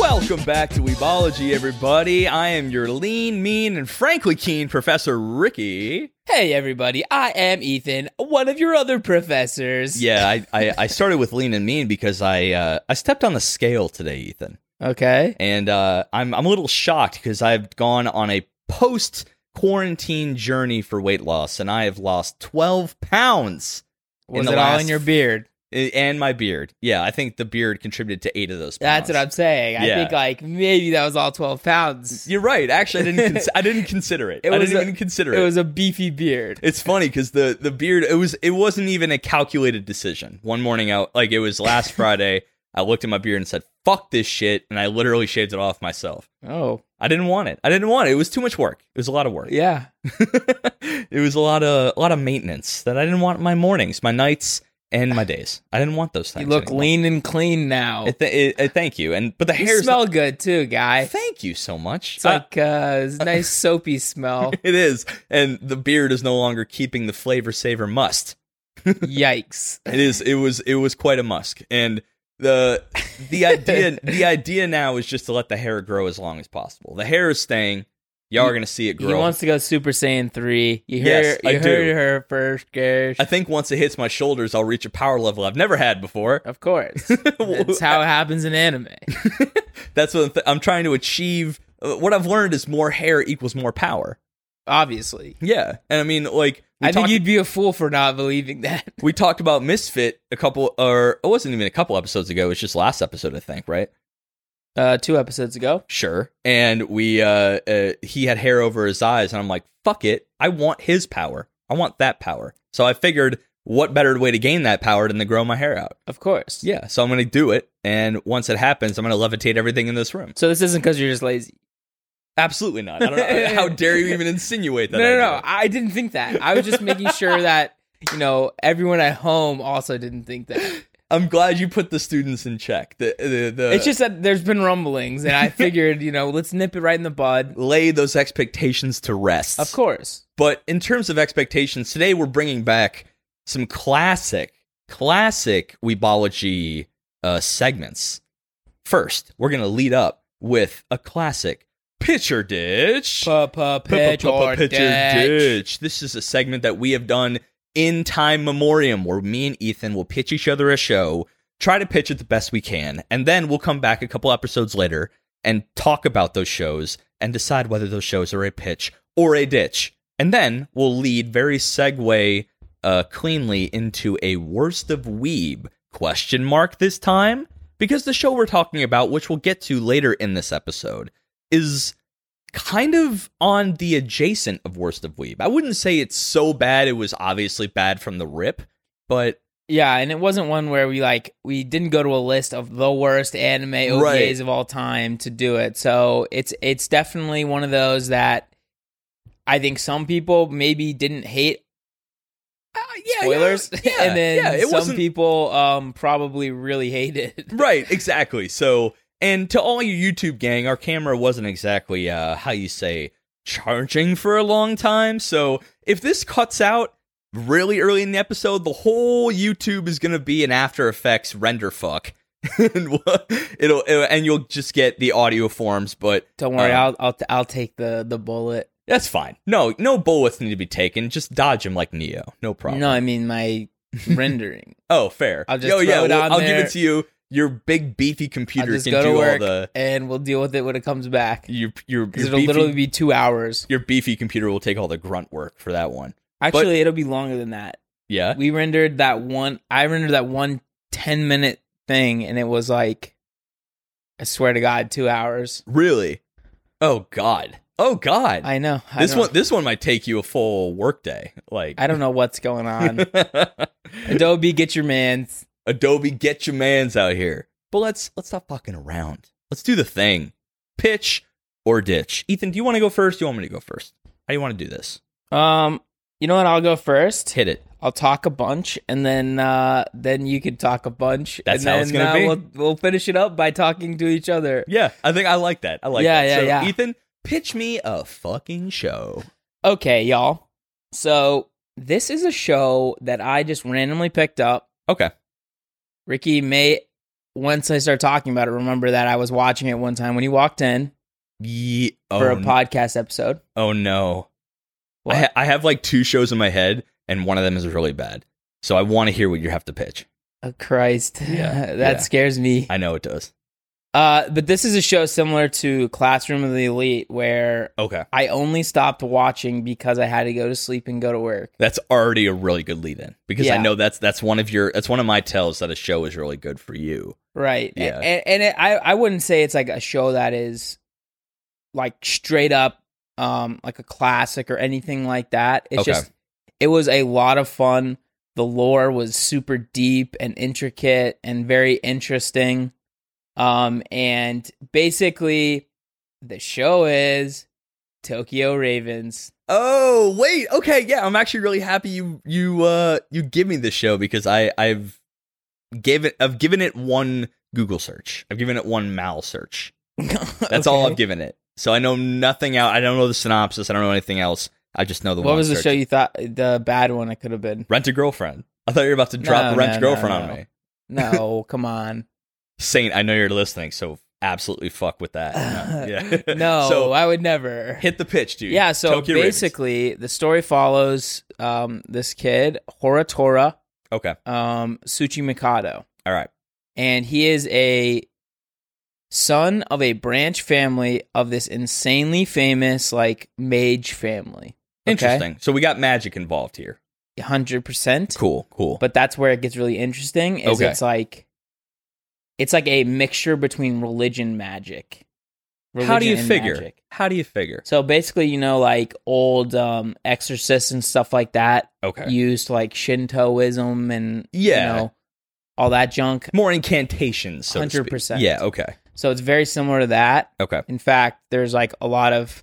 Welcome back to Weebology, everybody. I am your lean, mean, and frankly keen Professor Ricky. Hey everybody, I am Ethan, one of your other professors. Yeah, I, I, I started with lean and mean because I uh, I stepped on the scale today, Ethan, Okay. and uh, I'm I'm a little shocked because I've gone on a post quarantine journey for weight loss, and I have lost 12 pounds Was in the it all last in your beard? I- and my beard. Yeah, I think the beard contributed to eight of those. Pounds. That's what I'm saying. I Yeah. think like maybe that was all 12 pounds. You're right. Actually, I didn't. Cons- I didn't consider it. It I was didn't a- even consider It was a beefy beard. It's funny because the the beard it was it wasn't even a calculated decision. One morning out like it was last Friday, I looked at my beard and said, "Fuck this shit," and I literally shaved it off myself. Oh, I didn't want it. I didn't want it. It was too much work. It was a lot of work. yeah. it was a lot of a lot of maintenance that I didn't want in my mornings, my nights, and my days. I didn't want those things. You look anymore. lean and clean now. It- it- it- thank you. And but the you hair smell good too, guy. Thank you so much. It's like uh, it's a nice soapy smell. it is, and the beard is no longer keeping the flavor saver must. Yikes. it is it was it was quite a musk and the the idea the idea now is just to let the hair grow as long as possible the hair is staying y'all are gonna see it grow He wants to go Super Saiyan 3. You heard, Yes, I you do. heard her first, Gersh. i think once it hits my shoulders i'll reach a power level i've never had before Of course. That's how it happens in anime. that's what I'm, th- I'm trying to achieve Uh, what i've learned is more hair equals more power Obviously. yeah and i mean like we I think talked- you'd be a fool for not believing that. we talked about misfit a couple or it wasn't even a couple episodes ago it was just last episode i think right Uh, two episodes ago. sure and we uh, uh he had hair over his eyes and i'm like fuck it i want his power i want that power so i figured what better way to gain that power than to grow my hair out Of course. yeah so i'm gonna do it and once it happens i'm gonna levitate everything in this room So this isn't because you're just lazy. absolutely not i don't know how dare you even insinuate that I No, no, no. did it. I didn't think that. I was just making sure that, you know, everyone at home also didn't think that. i'm glad you put the students in check the the, the It's just that there's been rumblings, and I figured, you know, let's nip it right in the bud. lay those expectations to rest Of course. But in terms of expectations, today we're bringing back some classic, classic Weebology uh, segments. First, we're going to lead up with a classic Pitcher Ditch. Papa pitch or Pitcher ditch. Ditch. This is a segment that we have done in time memoriam where me and Ethan will pitch each other a show, try to pitch it the best we can, and then we'll come back a couple episodes later and talk about those shows and decide whether those shows are a pitch or a ditch. And then we'll lead very segue uh, cleanly into a worst of weeb question mark this time because the show we're talking about, which we'll get to later in this episode, is kind of on the adjacent of worst of weeb. I wouldn't say it's so bad; it was obviously bad from the rip, but Yeah, and it wasn't one where we like we didn't go to a list of the worst anime OVAs Right. of all time to do it. So it's it's definitely one of those that I think some people maybe didn't hate Uh, yeah, spoilers, and then yeah, it some wasn't people um probably really hated. right. Exactly. So, and to all you YouTube gang, our camera wasn't exactly uh, how you say charging for a long time. So if this cuts out really early in the episode, the whole YouTube is gonna be an After Effects render fuck. and we'll- it'll, it'll and you'll just get the audio forms, but Don't worry, Um, I'll I'll I'll take the the bullet. That's fine. No, no bullets need to be taken. Just dodge them like Neo. No problem. No, I mean my rendering. Oh, fair. I'll just Yo, yeah, throw it well, on I'll there. give it to you. Your big beefy I'll computer just can go to do all work the and we'll deal with it when it comes back. your your your 'Cause it'll beefy, literally be two hours. your beefy computer will take all the grunt work for that one. Actually, it'll be longer than that. Yeah. we rendered that one i rendered that one 10 minute thing and it was like i swear to god two hours Really? Oh god. Oh god. i know I this don't- one this one might take you a full workday. Like i don't know what's going on adobe get your man's Adobe, get your man's out here. But let's let's stop fucking around. Let's do the thing. Pitch or ditch. Ethan, do you want to go first? Do you want me to go first? How do you want to do this? um you know what i'll go first Hit it. i'll talk a bunch and then uh then you can talk a bunch That's and how then, it's gonna uh, be? we'll, we'll finish it up by talking to each other Yeah, I think I like that. I like Yeah, that. yeah, so, yeah. Ethan, pitch me a fucking show. okay y'all so this is a show that i just randomly picked up Okay. Ricky may once I start talking about it, remember that I was watching it one time when he walked in Ye- oh, for a n- podcast episode. oh no. I, What? ha- I have like two shows in my head, and one of them is really bad. So I want to hear what you have to pitch. Oh, Christ, Yeah, that yeah. scares me. I know it does. Uh, but this is a show similar to Classroom of the Elite, where Okay. I only stopped watching because I had to go to sleep and go to work. That's already a really good lead in because I Yeah. know that's that's one of your that's one of my tells that a show is really good for you. Right. A- Yeah. And, and it, I, I wouldn't say it's like a show that is like straight up um like a classic or anything like that. It's Okay. just it was a lot of fun. The lore was super deep and intricate and very interesting. Um and basically the show is Tokyo Ravens. Oh wait, okay, yeah, I'm actually really happy you you uh you give me this show because I I've given I've given it one Google search. I've given it one Mal search. That's all I've given it. So I know nothing out. I don't know the synopsis. I don't know anything else. I just know the What one was the search. show you thought the bad one it could have been? Rent a girlfriend. I thought you were about to drop No, Rent no, a girlfriend no, on no. me. No, come on. Saint, I know you're listening, so absolutely fuck with that. No, yeah. No, so I would never. hit the pitch, dude. Yeah, so Tokyo Ravens. basically, the story follows um, this kid, Horatora Okay. um, Tsuchi Mikado, All right. and he is a son of a branch family of this insanely famous, like, mage family. Interesting. So we got magic involved here. 100%. Cool. Cool. But that's where it gets really interesting, is Okay. it's like, it's like a mixture between religion magic. how do you Religion and figure? magic. How do you figure? So basically, you know, like old um, exorcists and stuff like that Okay. used like Shintoism and Yeah. you know all that junk. More incantations, so to speak. 100%. Yeah. Okay. So it's very similar to that. Okay. In fact, there's like a lot of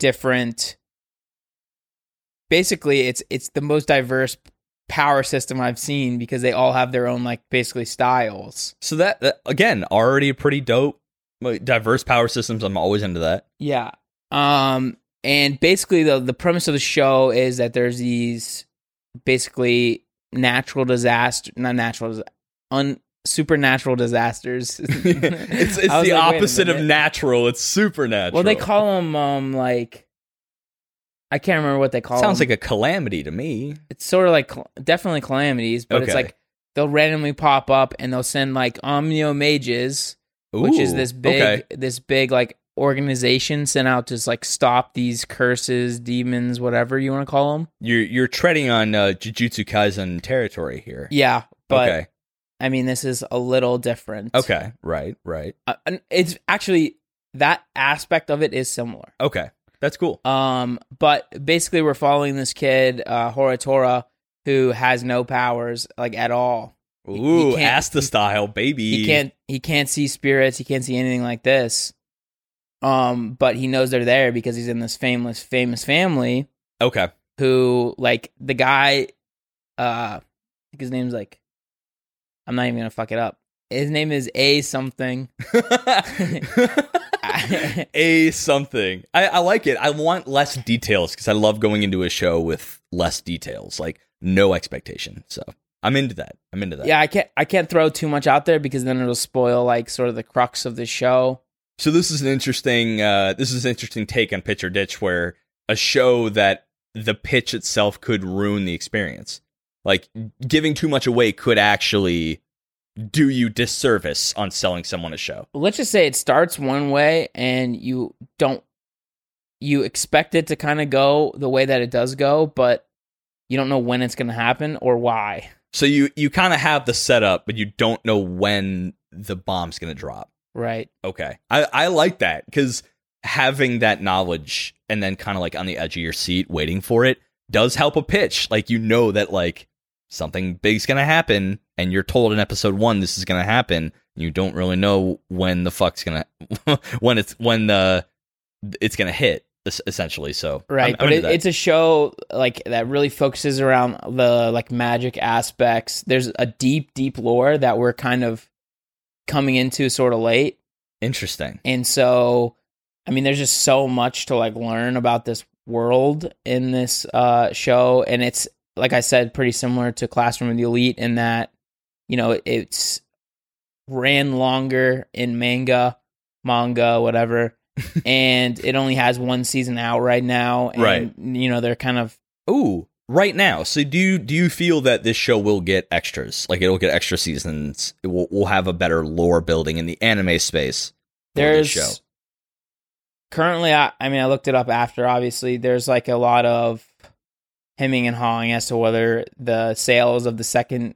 different basically it's it's the most diverse power system I've seen because they all have their own like basically styles. So that, that again, already pretty dope. Like, Diverse power systems. I'm always into that. Yeah. Um and basically the the premise of the show is that there's these basically natural disaster not natural dis- un supernatural disasters. it's it's I was the like, wait a opposite of minute. natural. It's supernatural. Well, they call them um like I can't remember what they call sounds like a calamity to me. it's sort of like cal- definitely calamities, but it's Okay. like they'll randomly pop up and they'll send like omnio mages which is Ooh, this big Okay. this big like organization sent out to like stop these curses demons whatever you want to call them You're you're treading on uh, Jujutsu Kaisen territory here. yeah but okay. i mean this is a little different Okay. Right. Right. uh, and it's actually that aspect of it is similar Okay. That's cool. um but basically we're following this kid uh horatora who has no powers like at all Ooh, he can't- Asta style, baby. he can't he can't see spirits he can't see anything like this um but he knows they're there because he's in this famous famous family Okay. who like the guy uh I think his name's like I'm not even gonna fuck it up. His name is A something. a something. I, I like it. I want less details because I love going into a show with less details, like no expectation. So I'm into that. I'm into that. Yeah, I can't I can't throw too much out there because then it'll spoil like sort of the crux of the show. So this is an interesting uh, this is an interesting take on Pitch or Ditch, where a show that the pitch itself could ruin the experience. Like giving too much away could actually do you disservice on selling someone a show. Let's just say it starts one way and you don't you expect it to kind of go the way that it does go, but you don't know when it's gonna happen or why. So you you kind of have the setup, but you don't know when the bomb's gonna drop. Right. Okay, I I like that because having that knowledge and then kind of like on the edge of your seat waiting for it does help a pitch. Like you know that like something big's gonna happen, and you're told in episode one this is gonna happen. You don't really know when the fuck's gonna when it's when the it's gonna hit es- essentially. So I'm- right I'm but into it, that. it's a show like that really focuses around the like magic aspects there's a deep deep lore that we're kind of coming into sort of late interesting. and so i mean there's just so much to like learn about this world in this uh show and it's like i said pretty similar to classroom of the elite in that you know it's ran longer in manga, manga, whatever. and it only has one season out right now. And, Right. You know, they're kind of Ooh, right now. So do you do you feel that this show will get extras? Like it'll get extra seasons. It will will have a better lore building in the anime space. for this there's show. currently I, I mean i looked it up after obviously there's like a lot of hemming and hawing as to whether the sales of the second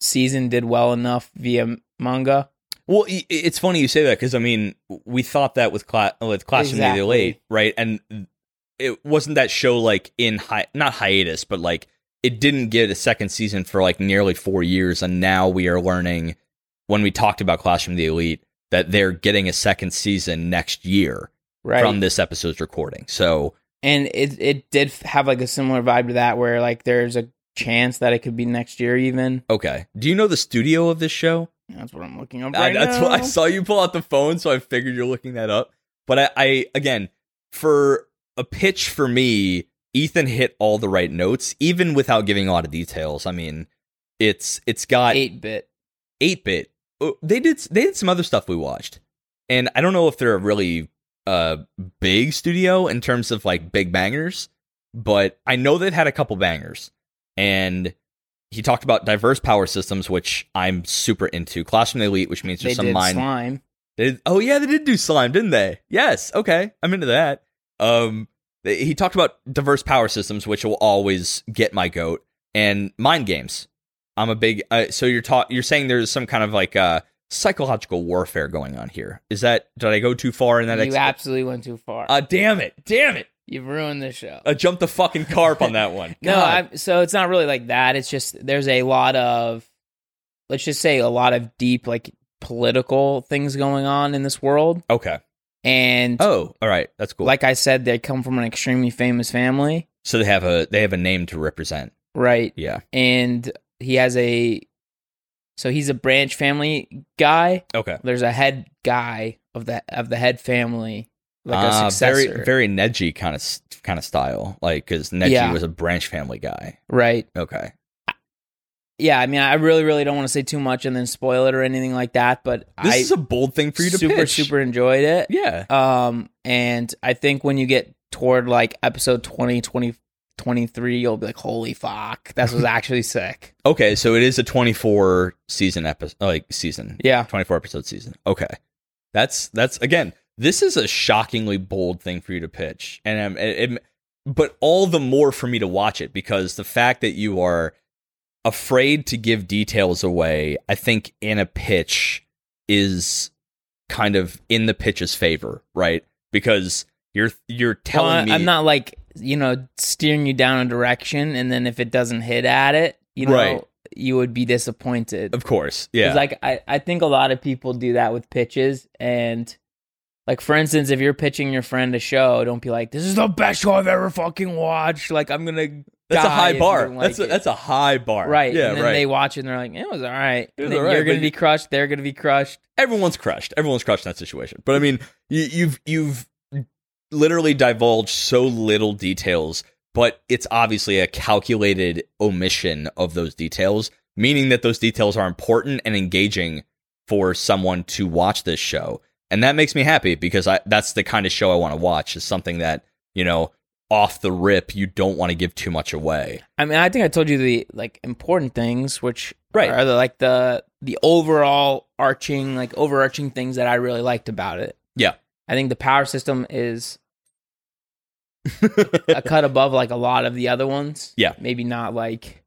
season did well enough via manga Well, i- i- it's funny you say that because I mean we thought that with cla- with Classroom exactly. Exactly. Elite, right? And it wasn't that show like in hi- not hiatus, but like it didn't get a second season for like nearly four years, and now we are learning when we talked about Classroom the Elite that they're getting a second season next year right from this episode's recording. So and it it did f- have like a similar vibe to that where like there's a chance that it could be next year even okay, do you know the studio of this show? that's what i'm looking up I, right that's now why I saw you pull out the phone, so I figured you're looking that up. But I, I again, for a pitch for me, Ethan hit all the right notes, even without giving a lot of details. I mean, it's it's got 8-bit eight bit. Oh, They did they did some other stuff we watched, and I don't know if they're a really uh big studio in terms of like big bangers, but I know they've had a couple bangers. And he talked about diverse power systems, which I'm super into. Classroom Elite, which means they there's some did mind slime they did- oh yeah, they did do slime, didn't they? Yes. Okay, I'm into that. Um, they- he talked about diverse power systems, which will always get my goat, and mind games. I'm a big. Uh, so you're taught. You're saying there's some kind of like uh psychological warfare going on here. Is that did I go too far in that? you ex- absolutely went too far uh, damn it! Damn it! you've ruined the show I jumped the fucking carp on that one. No, God. I'm, so it's not really like that. It's just there's a lot of, let's just say, a lot of deep like political things going on in this world, okay. and Oh, all right. That's cool. like I said, they come from an extremely famous family, so they have a they have a name to represent. right? Yeah. And he has a, so he's a branch family guy. Okay. There's a head guy of the of the head family, like Ah, a successor, Very, very Neji kind of kind of style, like because Neji Yeah. was a Branch Family guy. right? Okay, Yeah, I mean, I really, really don't want to say too much and then spoil it or anything like that, but this I is a bold thing for you to super, pitch. super enjoyed it. yeah. Um, and I think when you get toward like episode 20, 20 23, you'll be like, holy fuck, this was actually sick. Okay, so it is a twenty-four season episode, like season Yeah. twenty-four episode season. Okay, that's that's again. This is a shockingly bold thing for you to pitch, and um, it, it, but all the more for me to watch it because the fact that you are afraid to give details away, I think, in a pitch is kind of in the pitch's favor, right? Because you're you're telling Well, I- me I'm not like, you know, steering you down a direction and then if it doesn't hit at it, you know, Right. you would be disappointed. of course, 'Cause, yeah, Like I, I think a lot of people do that with pitches and like for instance, if you're pitching your friend a show, don't be like, This is the best show I've ever fucking watched. Like I'm gonna that's a die if high you bar. don't like that's a, it." that's a high bar, Right. Yeah, and then right. they watch it and they're like, it was all right. It was And then all right, you're going but to be crushed. They're going to be crushed. everyone's crushed. Everyone's crushed in that situation. But I mean, you, you've you've literally divulged so little details, but it's obviously a calculated omission of those details, meaning that those details are important and engaging for someone to watch this show, and that makes me happy because I that's the kind of show I want to watch. Is something that you know off the rip you don't want to give too much away. I mean, I think I told you the like important things, which Right. are the, like the the overall arching, like overarching things that I really liked about it. Yeah. I think the power system is a cut above like a lot of the other ones. Yeah. Maybe not like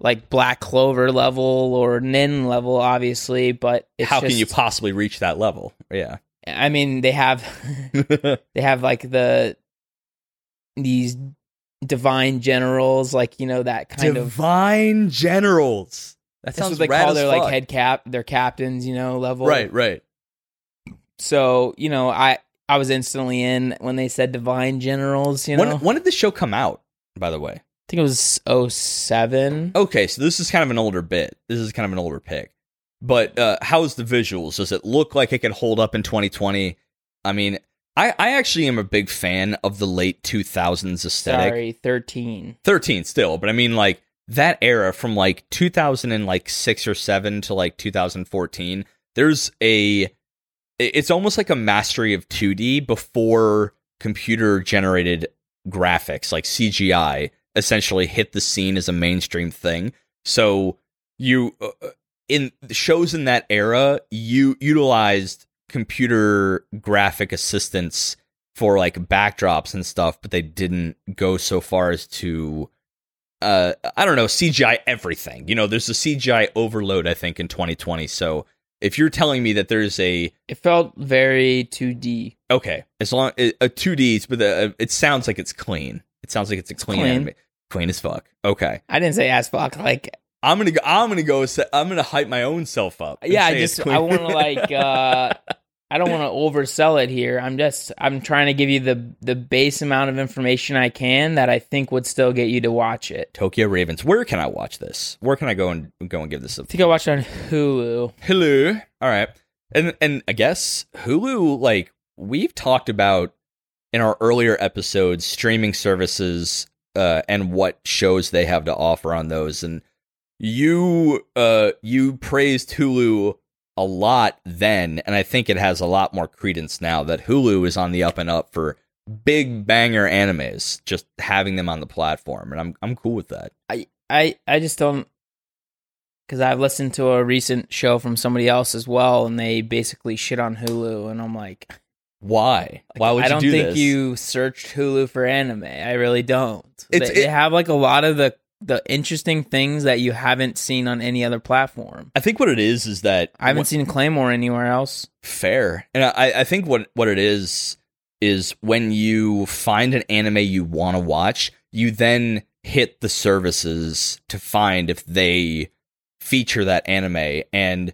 like Black Clover level or Nin level, obviously, but it's How can just- you possibly reach that level? Yeah. I mean, they have they have like the these divine generals, like you know that kind of divine generals. That that's what they call their like head cap, their captains, you know, level. Right, right. So you know, I I was instantly in when they said divine generals. You know, when when did the show come out? By the way, I think it was 07. okay, so this is kind of an older bit. This is kind of an older pick. But uh, how's the visuals? Does it look like it could hold up in 2020? I mean, I I actually am a big fan of the late 2000s aesthetic. sorry, thirteen. 13 still, but I mean like that era from like 2000 and like 6 or 7 to like 2014 there's a it's almost like a mastery of 2D before computer generated graphics like CGI essentially hit the scene as a mainstream thing so you uh, in shows in that era you utilized computer graphic assistance for like backdrops and stuff but they didn't go so far as to uh, I don't know, CGI everything. You know, there's a CGI overload, I think, in 2020. So if you're telling me that there's a It felt very 2D. okay, as long a a 2D, but the, it sounds like it's clean. It sounds like it's a clean, clean. anime. Clean as fuck. Okay, I didn't say ass fuck. Like, I'm gonna go, I'm gonna go. se- I'm gonna hype my own self up. and yeah, I say it's just clean. I want to like uh I don't want to oversell it here. I'm just I'm trying to give you the the base amount of information I can that I think would still get you to watch it. Tokyo Ravens. Where can I watch this? Where can I go and go and give this a I think I watched it on Hulu. Hulu. All right. And and I guess Hulu, like we've talked about in our earlier episodes, streaming services uh, and what shows they have to offer on those. And you uh, you praised Hulu a lot then, and I think it has a lot more credence now that Hulu is on the up and up for big banger animes, just having them on the platform. And I'm I'm cool with that. I I just don't because I've listened to a recent show from somebody else as well, and they basically shit on Hulu, and I'm like, Why? Why would I you don't do think this? you searched Hulu for anime. I really don't. It's- they, they it- have like a lot of the the interesting things that you haven't seen on any other platform. I think what it is is that I haven't seen Claymore anywhere else. Fair. And I, I think what, what it is is when you find an anime you want to watch, you then hit the services to find if they feature that anime. And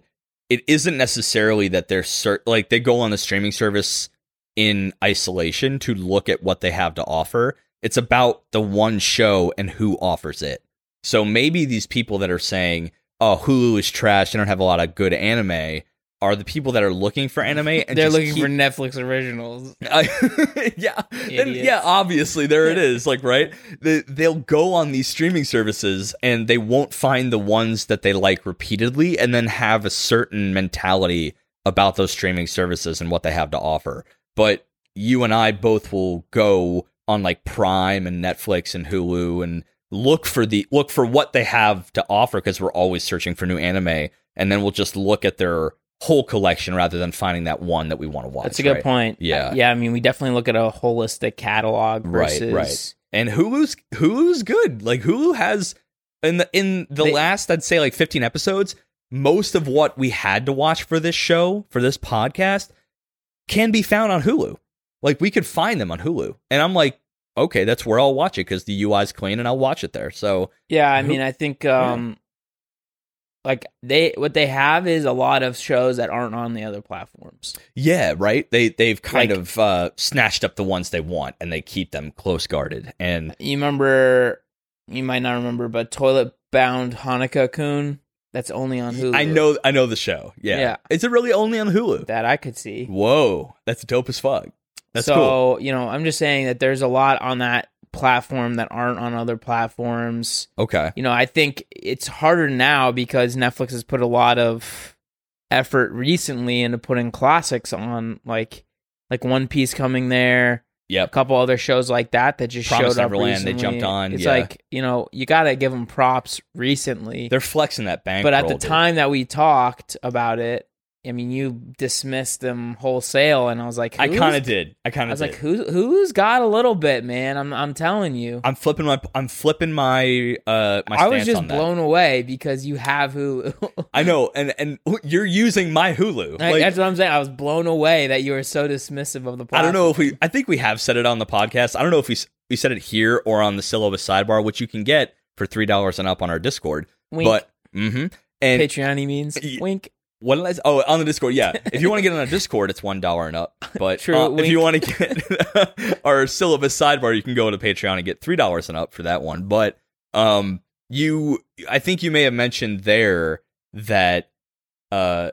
it isn't necessarily that they're cer- like they go on the streaming service in isolation to look at what they have to offer. It's about the one show and who offers it. So maybe these people that are saying, "Oh, Hulu is trash. They don't have a lot of good anime," are the people that are looking for anime. And They're just looking keep- for Netflix originals. I- yeah, and Idiots. yeah. Obviously, there it is. Like, right? They, they'll go on these streaming services and they won't find the ones that they like repeatedly, and then have a certain mentality about those streaming services and what they have to offer. But you and I both will go on like Prime and Netflix and Hulu and look for the look for what they have to offer because we're always searching for new anime, and then we'll just look at their whole collection rather than finding that one that we want to watch. That's a good right? point. Yeah. yeah. I mean, we definitely look at a holistic catalog Right, versus. right. and Hulu's Hulu's good. Like Hulu has in the in the They- last I'd say like 15 episodes, most of what we had to watch for this show, for this podcast can be found on Hulu. Like we could find them on Hulu. And I'm like, okay, that's where I'll watch it cuz the UI's clean and I'll watch it there. So, Yeah, I Who- mean, I think um, like they what they have is a lot of shows that aren't on the other platforms. yeah, right? They they've kind Like- of uh snatched up the ones they want and they keep them close guarded. And You remember? You might not remember, but Toilet Bound Hanukkah Kun. That's only on Hulu. I know I know the show. Yeah. Yeah. Is it really only on Hulu? that I could see. Whoa, that's dope as fuck. That's so, cool. you know, I'm just saying that there's a lot on that platform that aren't on other platforms. Okay. You know, I think it's harder now because Netflix has put a lot of effort recently into putting classics on like like One Piece coming there, a Yep. couple other shows like that that just Promised showed up Neverland, they recently. jumped on, It's yeah. like, you know, you got to give them props recently. They're flexing that bank. but at the time that we talked about it, I mean, you dismissed them wholesale and I was like, I who's kind of did. I kind I of was did. like, who who's got a little bit, man? I'm I'm telling you. I'm flipping my. I'm flipping my. Uh, my. I was stance just on that. blown away because you have Hulu. I know, and and you're using my Hulu. Like, Like, That's what I'm saying. I was blown away that you were so dismissive of the. Platform. I don't know if we. I think we have said it on the podcast. I don't know if we s- we said it here or on the syllabus sidebar, which you can get for three dollars and up on our Discord. Wink, But mm-hmm. and Patreon means Y- wink. What did I say? Oh, on the Discord, yeah. If you want to get on a Discord, it's one dollar and up. But True, uh, if wink. you want to get our syllabus sidebar, you can go to Patreon and get three dollars and up for that one. But um, you, I think you may have mentioned there that uh,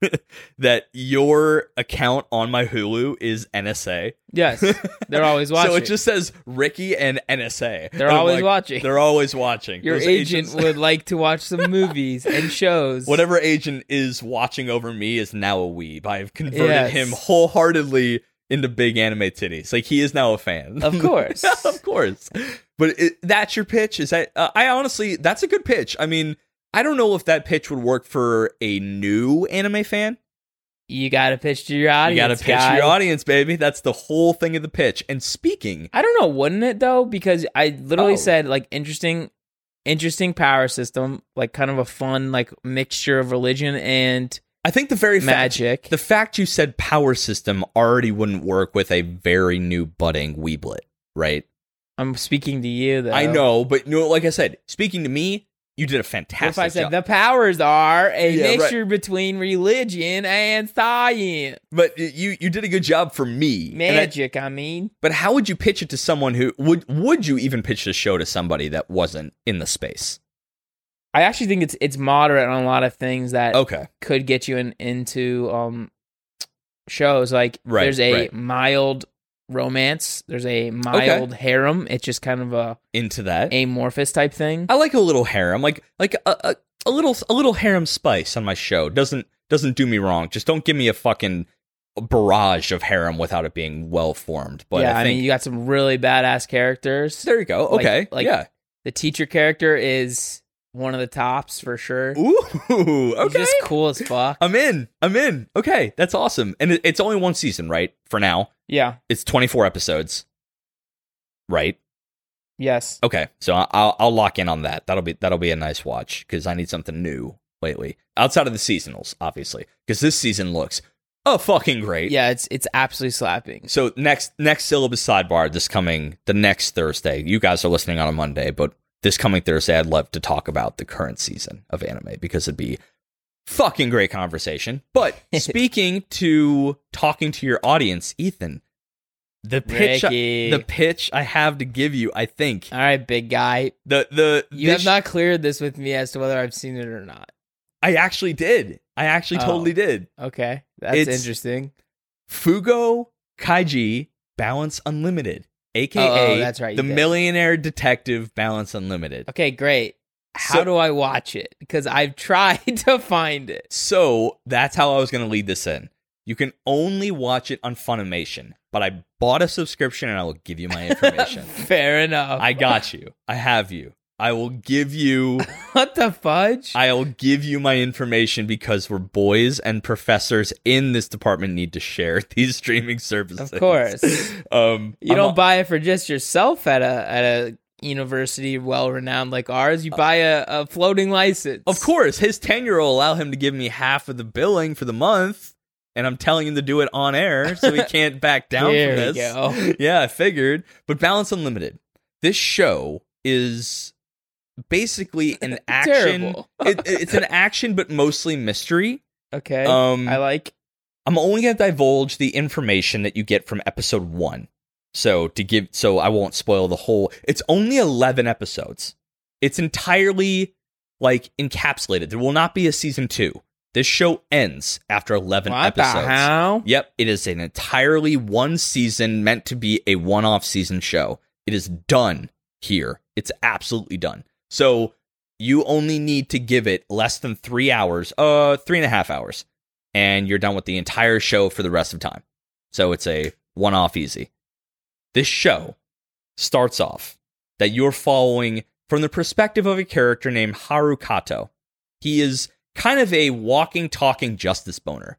that your account on my Hulu is NSA. Yes, they're always watching. So it just says Ricky and NSA. they're And I'm always like, watching. They're always watching. Your Those agent agents- would like to watch some movies and shows. whatever agent is watching over me is now a weeb. I have converted Yes. him wholeheartedly into big anime titties. Like he is now a fan. Of course. of course. But it, that's your pitch. Is that uh, I honestly that's a good pitch. I mean, I don't know if that pitch would work for a new anime fan. You got to pitch to your audience. you got to pitch guy. your audience, baby. That's the whole thing of the pitch. And speaking, I don't know, wouldn't it though? Because I literally Oh. said like interesting, interesting power system, like kind of a fun like mixture of religion and I think the very fact magic. the fact you said power system already wouldn't work with a very new budding weeblet, right? I'm speaking to you though. I know, but you know, like I said, speaking to me, you did a What fantastic if I said job. the powers are a Yeah, right. mixture between religion and science, but you you did a good job for me. And I- magic? I, mean, but how would you pitch it to someone who would would you even pitch the show to somebody that wasn't in the space? I actually think it's it's moderate on a lot of things that Okay, could get you in, into um shows like Right, there's a right. mild romance there's a mild harem it's just kind of a into that. amorphous type thing I like a little harem, like like a, a a little a little harem spice on my show. Doesn't doesn't do me wrong. Just don't give me a fucking barrage of harem without it being well formed. But yeah I I, think mean you got some really badass characters there you go. like- Okay, like- yeah. the teacher character is one of the tops for sure Ooh, He's okay. just cool as fuck I'm in. I'm in. Okay, that's awesome. And it, it's only one season, right? For now, yeah it's 24 episodes, right? yes Okay, so I- I'll I'll lock in on that. That'll be that'll be a nice watch because I need something new lately outside of the seasonals, obviously, because this season looks oh fucking great. yeah it's it's absolutely slapping So next next syllabus sidebar this coming the next Thursday. You guys are listening on a Monday, but this coming Thursday, I'd love to talk about the current season of anime because it'd be fucking great conversation. But speaking to talking to your audience, Ethan, the pitch I, Ricky. the pitch I have to give you, I think all right big guy the the you this- have not cleared this with me as to whether i've seen it or not I actually did. I actually Oh. totally did. okay that's It's- interesting Fugo Kaiji Balance Unlimited, aka Oh, oh, that's right, you the did. Millionaire Detective Balance Unlimited. Okay, great. How So- do I watch it? Because I've tried to find it. So that's how I was going to lead this in. You can only watch it on Funimation, but I bought a subscription and I will give you my information. Fair enough. I got you. I have you. I will give you what the fudge? I'll give you my information because we're boys and professors in this department need to share these streaming services. Of course. Um you I'm don't a- buy it for just yourself at a at a university well renowned like ours. You buy a, a floating license. Uh, Of course, his tenure will allow him to give me half of the billing for the month, and I'm telling him to do it on air, so he can't back down There from we this. go. yeah, I figured. But Balance Unlimited, this show is basically an action. Terrible. it, it's an action, but mostly mystery. Okay. Um, I like I'm only going to divulge the information that you get from episode one. So to give, so I won't spoil the whole. It's only 11 episodes. It's entirely like encapsulated. There will not be a season two. This show ends after 11 what the episodes. hell? Yep, it is an entirely one season meant to be a one off season show. It is done here. It's absolutely done. So you only need to give it less than three hours, uh, three and a half hours, and you're done with the entire show for the rest of time. So it's a one off easy. This show starts off that you're following from the perspective of a character named Haru Kato. He is kind of a walking, talking justice boner.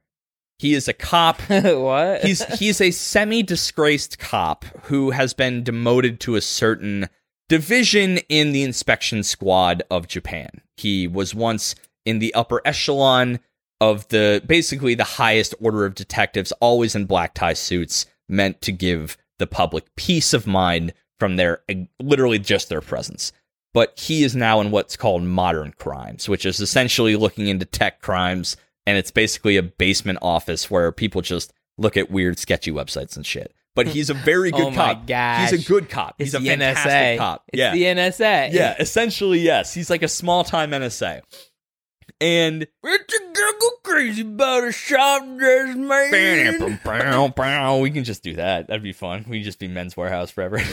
He is a cop what? he's he's a semi-disgraced cop who has been demoted to a certain division in the inspection squad of Japan. He was once in the upper echelon of the basically the highest order of detectives, always in black tie suits, meant to give the public peace of mind from their literally just their presence. But he is now in what's called modern crimes, which is essentially looking into tech crimes, and it's basically a basement office where people just look at weird, sketchy websites and shit. But he's a very good oh cop. My gosh. He's a good cop. It's He's a the fantastic NSA. cop. It's yeah. the NSA. yeah, essentially yes. He's like a small-time NSA. And It's a go crazy about a shop dress man. we can just do that. That'd be fun. We can just be men's warehouse forever.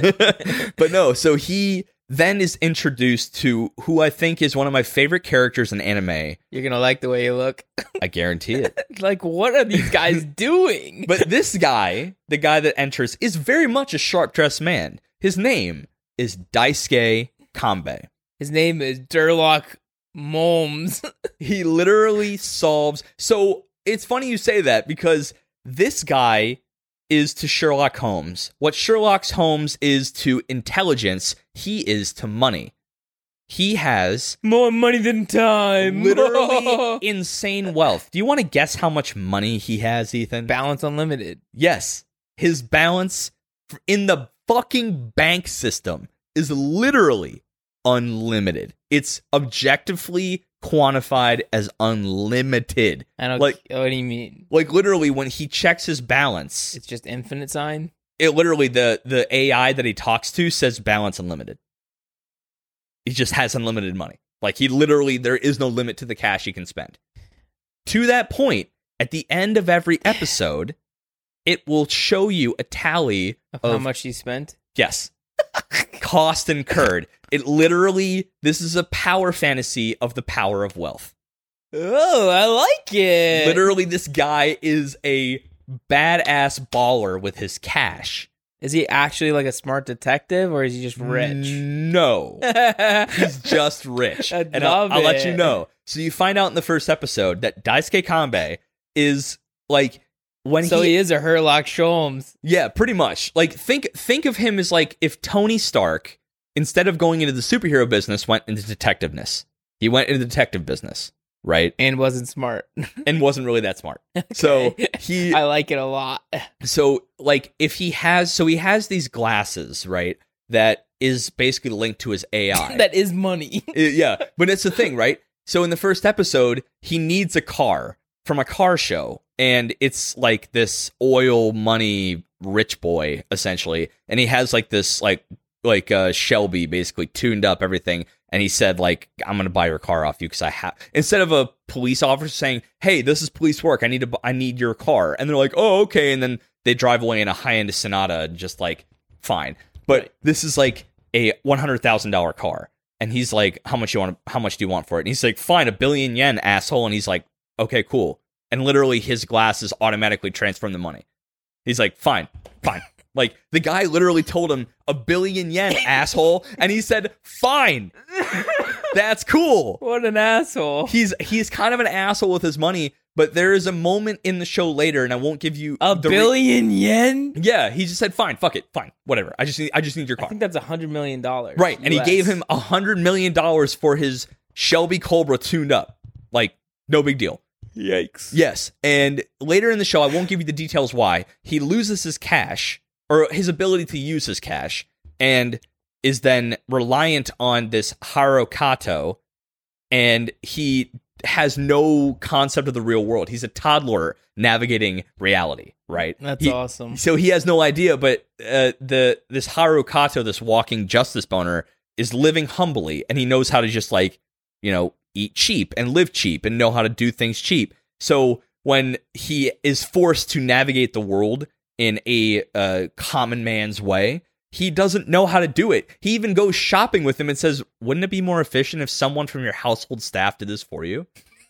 but no, so he then is introduced to who I think is one of my favorite characters in anime. You're gonna like the way you look. I guarantee it. Like, what are these guys doing? But this guy, the guy that enters, is very much a sharp dressed man. His name is Daisuke Kambe. His name is Durlock Momes. He literally solves. So it's funny you say that because this guy is to Sherlock Holmes. What Sherlock Holmes is to intelligence, he is to money. He has More money than time. literally insane wealth. Do you want to guess how much money he has, Ethan? Balance Unlimited. yes. His balance f- in the fucking bank system is literally unlimited. It's objectively quantified as unlimited. I don't. Like- what do you mean? like literally when he checks his balance It's just infinite sign. it literally the the ai that he talks to says balance unlimited he just has unlimited money like he literally there is no limit to the cash he can spend to that point at the end of every episode it will show you a tally Of how Of- much he spent? yes cost incurred it literally this is a power fantasy of the power of wealth Oh, I like it. literally this guy is a badass baller with his cash Is he actually like a smart detective, or is he just rich? No. Mm. He's just rich. I and I'll, love I'll let you it. know. So you find out in the first episode that Daisuke Kanbe is like when so he, he, is a Herlock Sholmes. Yeah, pretty much. Like think think of him as like if Tony Stark instead of going into the superhero business went into detectiveness. He went into the detective business, right? and wasn't smart. And wasn't really that smart. So he I like it a lot. so like if he has so he has these glasses, right? That is basically linked to his AI. that is money. Uh, yeah, but it's the thing, right? So in the first episode, he needs a car from a car show, and it's like this oil money rich boy essentially, and he has like this like like uh, Shelby basically tuned up everything, and he said like I'm gonna buy your car off you because I have instead of a police officer saying Hey, this is police work, I need to bu- I need your car, and they're like Oh okay, and then they drive away in a high end Sonata and just like fine, but Right. this is like a one hundred thousand dollar car and he's like, "How much you want? How much do you want for it?" And he's like, "Fine, a billion yen, asshole." And he's like, "Okay, cool." And literally, his glasses automatically transform the money. He's like, "Fine, fine." Like the guy literally told him a billion yen, asshole, and he said, "Fine, that's cool." what an asshole. He's he's kind of an asshole with his money, but there is a moment in the show later, and I won't give you A the re- billion yen? yeah, he just said, "Fine, fuck it, fine, whatever. I just need I just need your I car." think that's a hundred million dollars. Right, and he US. gave him a hundred million dollars for his Shelby Cobra tuned up. Like, no big deal. Yikes. Yes. And later in the show, I won't give you the details why. He loses his cash or his ability to use his cash and is then reliant on this Harokato. And he has no concept of the real world. He's a toddler navigating reality, right? That's He- awesome. so he has no idea, but uh, the this Harukato, this walking justice boner, is living humbly, and he knows how to just like you know eat cheap and live cheap and know how to do things cheap. So when he is forced to navigate the world in a uh, common man's way, he doesn't know how to do it. He even goes shopping with him and says, "Wouldn't it be more efficient if someone from your household staff did this for you?"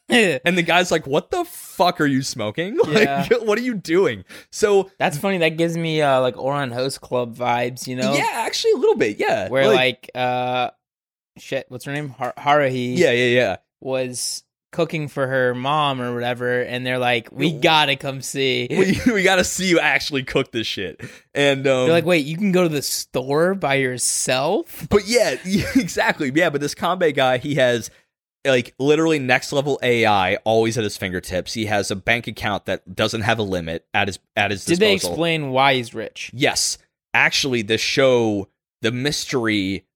And the guy's like, "What the fuck are you smoking? Like, Yeah. what are you doing?" So that's funny. That gives me uh, like Oran Host Club vibes, you know? Yeah, actually, a little bit. Yeah, Where like, uh, shit, what's her name? Har- Haruhi yeah, yeah, yeah. was cooking for her mom or whatever, and they're like, we gotta come see. We, we got to see you actually cook this shit. And um, they're like, wait, you can go to the store by yourself? but yeah, yeah, exactly. Yeah, but this combat guy, he has like literally next level AI always at his fingertips. He has a bank account that doesn't have a limit at his at his Did disposal. they explain why he's rich? Yes. Actually, the show, the mystery,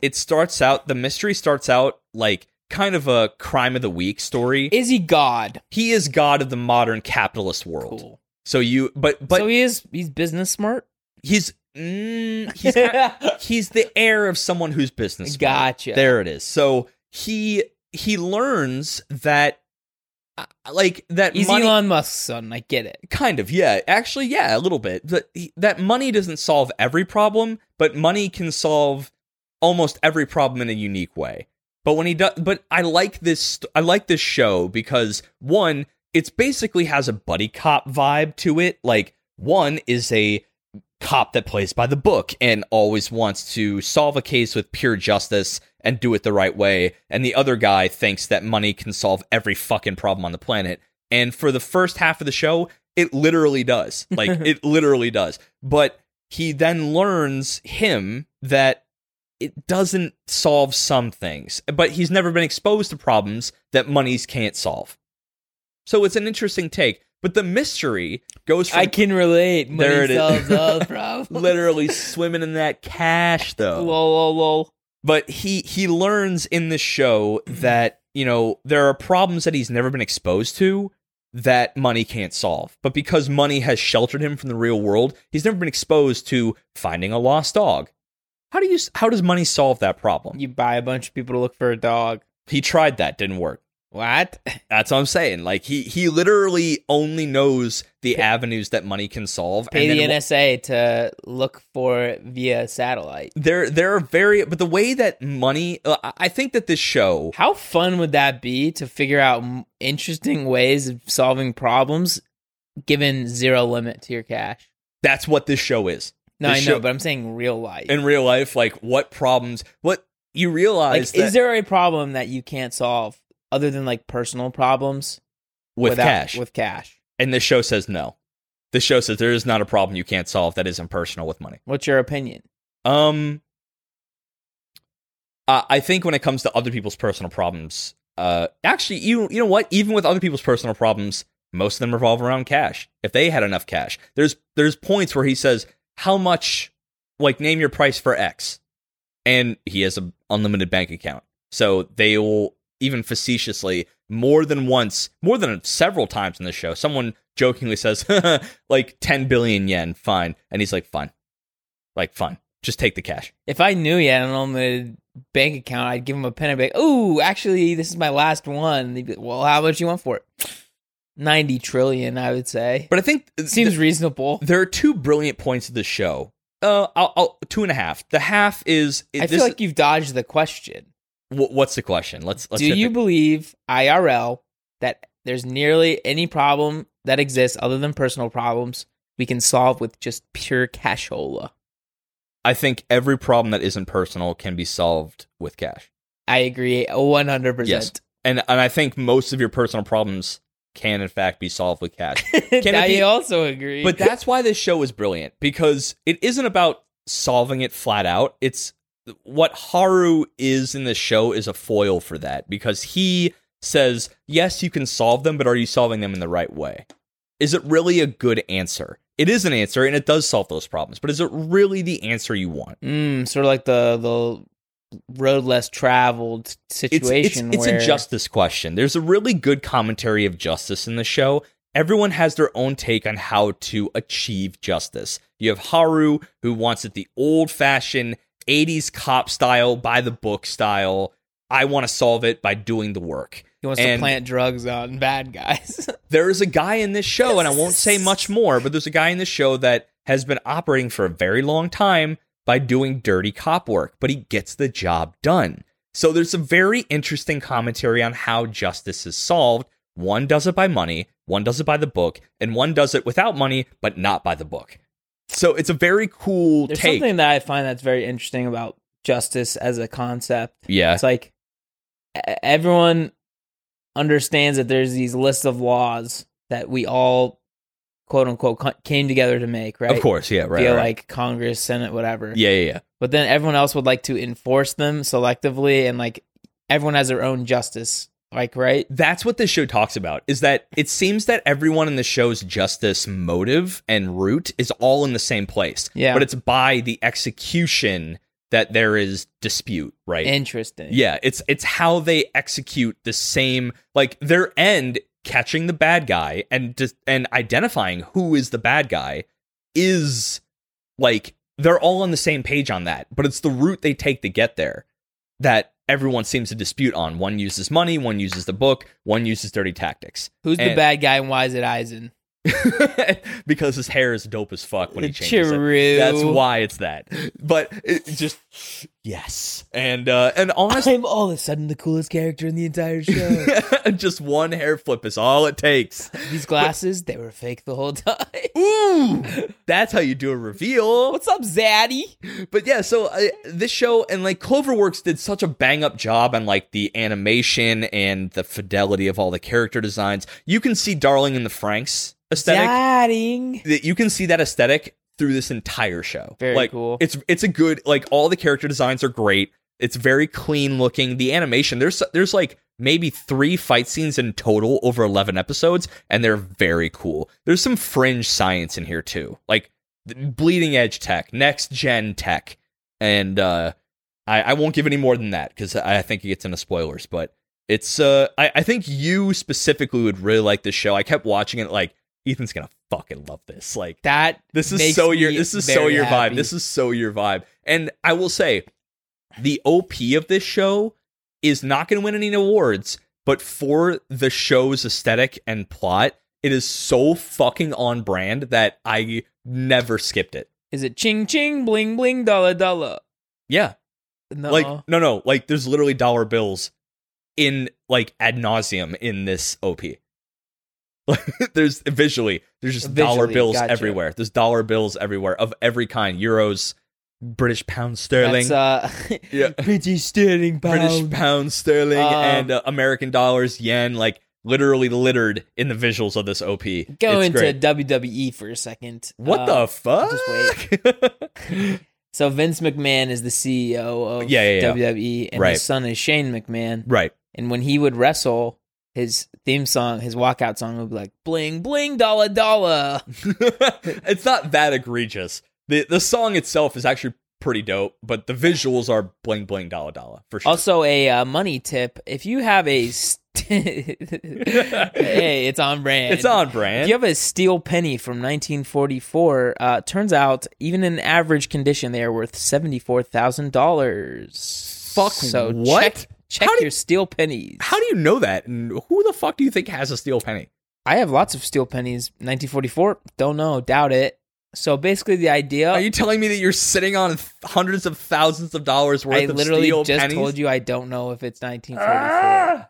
it starts out, the mystery starts out like kind of a crime of the week story. Is he God? he is god of the modern capitalist world. Cool. So you, but, but so he is he's business smart. he's mm, he's kind- he's the heir of someone who's business. smart. gotcha. There it is. So he he learns that uh, like that He's money Elon Musk's son. I get it. kind of yeah actually yeah a little bit that he- that money doesn't solve every problem but money can solve almost every problem in a unique way but when he does but i like this st- i like this show because one it's basically has a buddy cop vibe to it like one is a cop that plays by the book and always wants to solve a case with pure justice and do it the right way and the other guy thinks that money can solve every fucking problem on the planet and for the first half of the show, it literally does. Like it literally does. But he then learns him that it doesn't solve some things, but he's never been exposed to problems that monies can't solve. So it's an interesting take, but the mystery goes from I can relate. Money There it is. solves all problems. literally swimming in that cash though. Lol, lol, lol. but he he learns in the show that you know there are problems that he's never been exposed to that money can't solve but because money has sheltered him from the real world he's never been exposed to finding a lost dog how do you how does money solve that problem You buy a bunch of people to look for a dog. he tried that didn't work What? that's what i'm saying like he he literally only knows the avenues that money can solve Pay then the NSA to look for it via satellite. there there are very but the way that money uh, I- i think that this show How fun would that be to figure out m- interesting ways of solving problems given zero limit to your cash? that's what this show is No, They I know, show- but I'm saying real life. in real life, like what problems, what you realize like, that is there a problem that you can't solve other than like personal problems with without- cash. With cash. and the show says no. The show says there is not a problem you can't solve that isn't personal with money. What's your opinion? Um, I I think when it comes to other people's personal problems, uh, actually, you you know what? Even with other people's personal problems, most of them revolve around cash. If they had enough cash, there's there's points where he says, "How much? Like, name your price for X," and he has an unlimited bank account. So they will even facetiously more than once, more than several times in the show, someone jokingly says, "Like ten billion yen, fine," and he's like, "Fine, like fine, just take the cash." If I knew you had an unlimited bank account, I'd give him a pen and be like, "Ooh, actually, this is my last one." And They'd be like, "Well, how much you want for it?" Ninety trillion, I would say. But I think It seems reasonable. there are two brilliant points of the show. Uh, I'll, I'll two and a half. The half is. I feel like you've dodged the question. wh- what's the question? Let's. let's Do hit you The, believe IRL that there's nearly any problem that exists other than personal problems we can solve with just pure cashola? I think every problem that isn't personal can be solved with cash, I agree, one hundred Yes. percent. and and I think most of your personal problems can in fact be solved with cash. it I be- also agree. but that's why this show is brilliant because it isn't about solving it flat out. It's what Haru is in this show is a foil for that because he says, "Yes, you can solve them, but are you solving them in the right way? Is it really a good answer? It is an answer and it does solve those problems, but is it really the answer you want?" Mm, sort of like the the road less traveled It's it's, situation. it's where, a justice question. There's a really good commentary of justice in the show. Everyone has their own take on how to achieve justice. You have Haru, who wants it the old fashioned 80s cop style, by the book style. I want to solve it by doing the work. he wants and- to plant drugs on bad guys. There is a guy in this show, and I won't say much more, but there's a guy in this show that has been operating for a very long time by doing dirty cop work, but he gets the job done. So there's a very interesting commentary on how justice is solved. One does it by money, one does it by the book, and one does it without money, but not by the book. So it's a very cool There's take. something that I find that's very interesting about justice as a concept. yeah. It's like e- everyone understands that there's these lists of laws that we all quote unquote co- came together to make, right? Of course, yeah, right. Via right. like Congress, Senate, whatever. yeah, yeah, yeah. but then everyone else would like to enforce them selectively and like everyone has their own justice like right that's what this show talks about is that it seems that everyone in the show's justice motive and route is all in the same place Yeah. but it's by the execution that there is dispute right interesting yeah it's it's how they execute the same like their end catching the bad guy and dis- and identifying who is the bad guy is like they're all on the same page on that but it's the route they take to get there that everyone seems to dispute on. One uses money, one uses the book, one uses dirty tactics. Who's the And- bad guy and why is it Eisen? because his hair is dope as fuck when he changes it. True. That's why it's that. But it just yes. And uh and honestly I'm all of a sudden the coolest character in the entire show. just one hair flip is all it takes. These glasses, they were fake the whole time. Ooh, that's how you do a reveal. What's up, Zaddy? But yeah, so uh, this show and like Cloverworks did such a bang up job on like the animation and the fidelity of all the character designs. You can see Darling in the Franks aesthetic. Zadding. that you can see that aesthetic through this entire show. Very like, cool. It's it's a good like all the character designs are great. It's very clean looking. The animation there's there's like maybe three fight scenes in total over eleven episodes, and they're very cool. There's some fringe science in here too, like th- bleeding edge tech, next gen tech, and uh, I I won't give any more than that because I I think it gets into spoilers, but. It's uh I, I think you specifically would really like this show. I kept watching it like Ethan's gonna fucking love this. Like That this is makes so your me this is so very your happy. vibe. This is so your vibe. And I will say, the OP of this show is not going to win any awards, but for the show's aesthetic and plot, it is so fucking on brand that I never skipped it. is it ching ching bling bling dollar dollar. Yeah, No. like no, no, like there's literally dollar bills in like ad nauseum in this OP. Like there's visually there's just dollar Visually, bills gotcha. everywhere. There's dollar bills everywhere of every kind: euros, British pound sterling, That's, uh, Yeah. British sterling pound. British pound sterling, Um, and uh, American dollars, yen. Like literally littered in the visuals of this OP. Go It's into great. WWE for a second. what Uh, the fuck? wait. So Vince McMahon is the CEO of Yeah, yeah, yeah. WWE, and Right. his son is Shane McMahon. right. And when he would wrestle, his theme song, his walkout song, would be like "Bling Bling Dollar Dollar." it's not that egregious. The the song itself is actually pretty dope, but the visuals are bling bling dollar dollar for sure. Also, a uh, money tip: if you have a, st- hey, it's on brand. it's on If brand. you have a steel penny from 1944, uh, turns out even in average condition, they are worth seventy four thousand dollars. Fuck, So what? Check, check How do- your steel pennies. How do you know that? And who the fuck do you think has a steel penny? I have lots of steel pennies. 1944? Don't know. Doubt it. So basically, the idea. Are you telling me that you're sitting on th- hundreds of thousands of dollars worth I of literally steel just pennies? told you I don't know if it's 1944. Ah!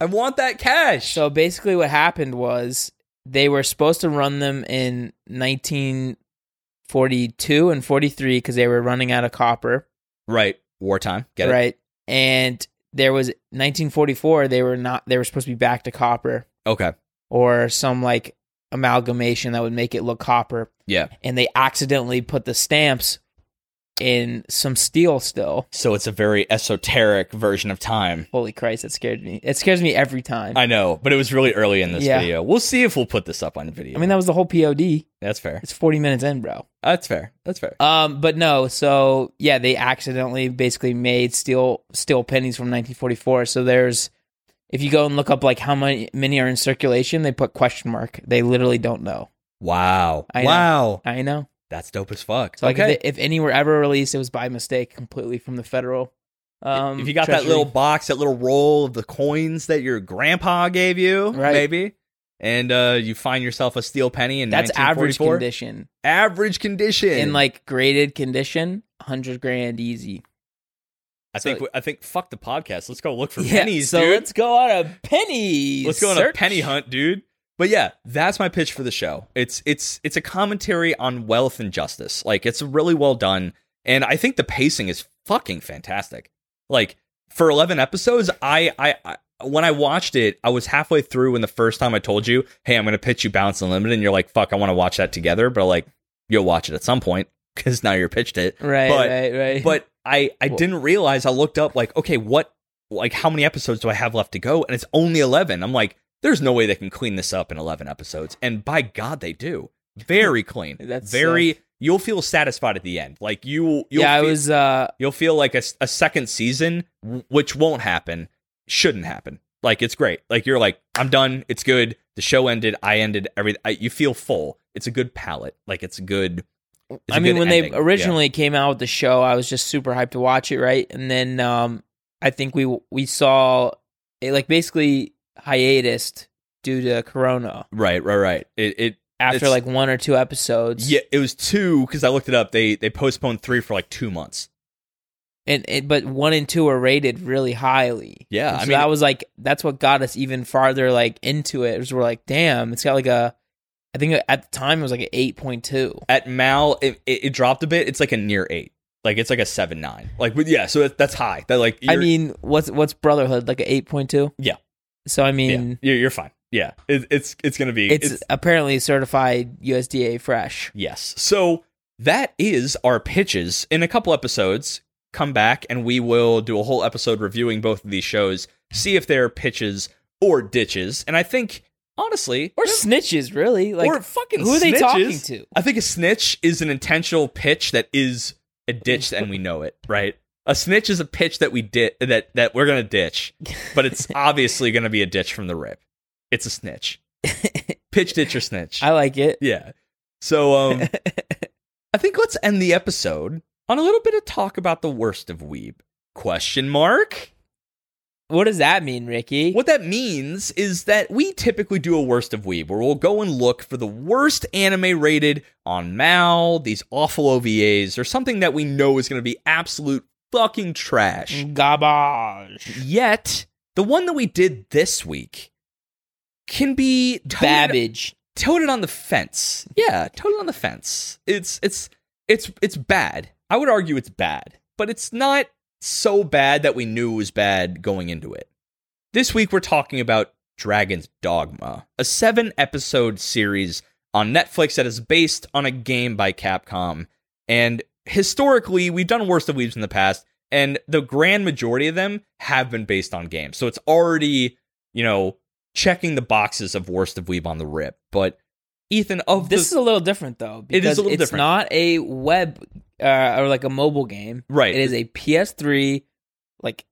I want that cash. So basically, what happened was they were supposed to run them in 1942 and 43 because they were running out of copper, right, wartime. Get right? And there was 1944. They were not. They were supposed to be back to copper it. Okay. or some like amalgamation that would make it look copper. Yeah. and they accidentally put the stamps in some steel still. So it's a very esoteric version of time. Holy Christ, that scared me. It scares me every time. I, I know, but it was really early in this Yeah. video. We'll see if we'll put this up on video. mean, that was the whole POD. that's fair. It's 40 minutes in, bro. That's fair. That's fair. Um, but no, so yeah, they accidentally basically made steel steel pennies from 1944. So there's if you go and look up like how many many are in circulation, they put question mark. They literally don't know. Wow. I know. wow. I know. That's dope as fuck. So like okay. if, they, if any were ever released, it was by mistake, completely from the federal. Um, if you got that treasury. little box, that little roll of the coins that your grandpa gave you, Right. maybe, and uh, you find yourself a steel penny in that's average 1944. condition. Average condition. in like graded condition, hundred grand easy. I think I think fuck the podcast. Let's go look for Yeah, pennies, so dude. let's go on a penny. Let's go on a search. penny hunt, dude. But yeah, that's my pitch for the show. It's it's it's a commentary on wealth and justice. Like it's really well done, and I think the pacing is fucking fantastic. Like for eleven episodes, I I. I when I watched it, I was halfway through when the first time I told you, "Hey, I'm going to pitch you Balance Unlimited," and you're like, "Fuck, I want to watch that together," but like, you'll watch it at some point because now you're pitched it Right, but- right, right. but I I Well- didn't realize I looked up like okay what like how many episodes do I have left to go and it's only 11. I'm like there's no way they can clean this up in 11 episodes and by god they do. Very clean. That's, very you'll feel satisfied at the end. Like you you'll yeah, I feel, was. uh you'll feel like a, s- a second season w- which won't happen shouldn't happen. Like it's great. Like you're like I'm done. It's good. The show ended. I ended everything. I, you feel full. It's a good palette. Like it's a good it's a I mean, good when ending. they Yeah. originally came out with the show, I was just super hyped to watch it, right? And then um I think we we saw it like basically hiatus due to corona Right, right, right. It, it after It's- like one or two episodes. yeah, it was two because I looked it up. They they postponed three for like two months. and it, but one and two are rated really highly. Yeah, And I so mean- that was like that's what got us even farther like into it. Is we're like, damn, it's got like a. I think at the time it was like an eight point two. At Mal, it, it, it dropped a bit. It's like a near eight. Like it's like a seven nine. Like but yeah, so that, that's high. That like I you're- mean, what's what's Brotherhood like an eight point two? Yeah. So I yeah, mean, you're, you're fine. Yeah, it, it's it's gonna be it's, apparently certified USDA fresh. Yes. So that is our pitches. In a couple episodes, come back and we will do a whole episode reviewing both of these shows, see if they're pitches or ditches. And I think, honestly, Or snitches, really? Like, or fucking who are they snitches. talking to? I think a snitch is an intentional pitch that is a ditch and we know it, right? A snitch is a pitch that we di- that that we're gonna ditch, but it's obviously gonna be a ditch from the rip. It's a snitch. Pitch, ditch, or snitch. I like it. Yeah. So um I think let's end the episode on a little bit of talk about the worst of weeb. Question mark? What does that mean, Ricky? What that means is that we typically do a worst of weeb where we'll go and look for the worst anime rated on Mal, these awful OVAs, or something that we know is going to be absolute fucking trash. garbage? Yet, the one that we did this week can be toted Babbage. toted on the fence. Yeah, toted on the fence. It's it's it's it's bad. I would argue it's bad, but it's not so bad that we knew it was bad going into it. This week we're talking about Dragon's Dogma, a 7-episode series on Netflix that is based on a game by Capcom. And historically, we've done worst of weaves in the past, and the grand majority of them have been based on games. So it's already, you know, checking the boxes of worst of weeb on the rip. But Ethan, of This is the, a little different though. It is Because a little it's different. not a web uh, or like a mobile game. right, It is a PS3, like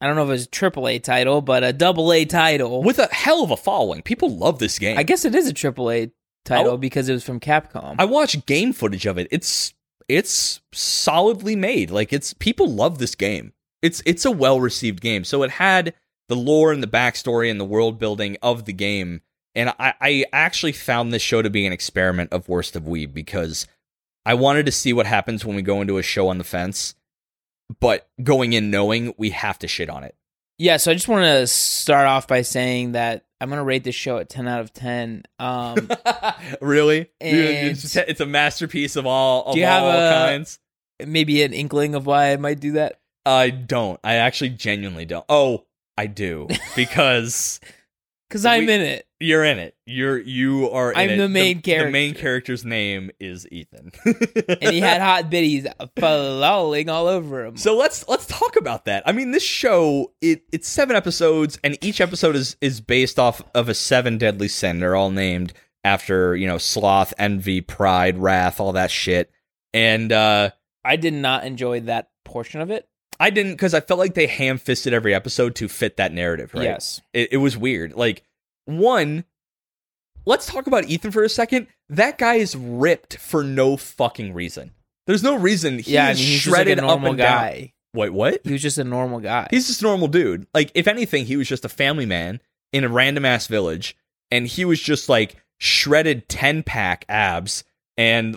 I don't know if it's a triple A title, but a double A title. with a hell of a following. People love this game. I guess it is a triple A title Oh. because it was from Capcom. I watched game footage of it. It's it's solidly made. Like it's people love this game. It's it's a well received game. So it had the lore and the backstory and the world building of the game. And I, I actually found this show to be an experiment of worst of weeb because I wanted to see what happens when we go into a show on the fence, but going in knowing we have to shit on it. yeah, so I just want to start off by saying that I'm gonna rate this show at 10 out of 10. Um, really? And- It's, it's a masterpiece of all of Do you have all a- kinds. maybe an inkling of why I might do that. I don't. I actually genuinely don't. Oh, I do because Because We- I'm in it. you're in it. You're you are. In I'm it. the main The main character. character's name is Ethan. And he had hot biddies falling all over him. So let's let's talk about that. I mean, this show it it's seven episodes, and each episode is is based off of a seven deadly sin. They're all named after you know sloth, envy, pride, wrath, all that shit. And uh I did not enjoy that portion of it. I didn't because I felt like they ham fisted every episode to fit that narrative. Right? Yes. It, it was weird. Like, one, let's talk about Ethan for a second. That guy is ripped for no fucking reason. There's no reason. He yeah, I is mean, he's shredded shredded just like a up normal and down. guy. Wait, what? He was just a normal guy. He's just a normal dude. Like, if anything, he was just a family man in a random ass village, and he was just like shredded 10 pack abs, and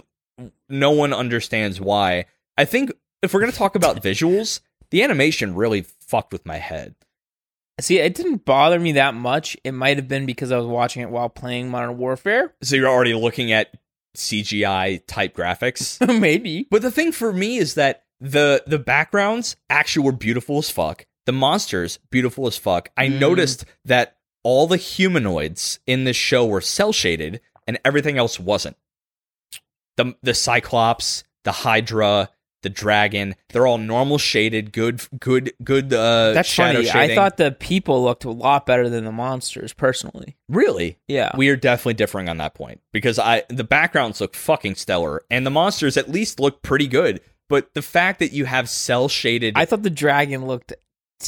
no one understands why. I think if we're going to talk about visuals, the animation really fucked with my head. See, it didn't bother me that much. It might have been because I was watching it while playing Modern Warfare. So you're already looking at CGI type graphics. Maybe. but the thing for me is that the the backgrounds actually were beautiful as fuck. The monsters beautiful as fuck. I Mm. noticed that all the humanoids in this show were cell shaded and everything else wasn't. The the cyclops, the hydra, the dragon, they're all normal shaded, good good good uh That's shadow funny. shading. I thought the people looked a lot better than the monsters, personally. really Yeah. we are definitely differing on that point because I the backgrounds look fucking stellar and the monsters at least look pretty good. But the fact that you have cell shaded, I thought the dragon looked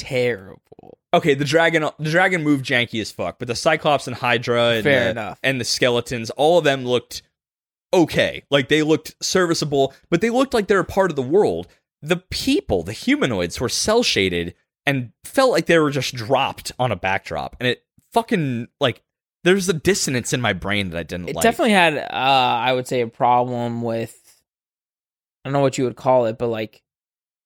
terrible. okay, the dragon the dragon moved janky as fuck, but the Cyclops and Hydra and Fair the, enough. and the skeletons, all of them looked okay, like they looked serviceable, but they looked like they're a part of the world. The people, the humanoids, were cell shaded and felt like they were just dropped on a backdrop. And it fucking like there's a dissonance in my brain that I didn't It like. definitely had, uh, I would say, a problem with. I don't know what you would call it, but like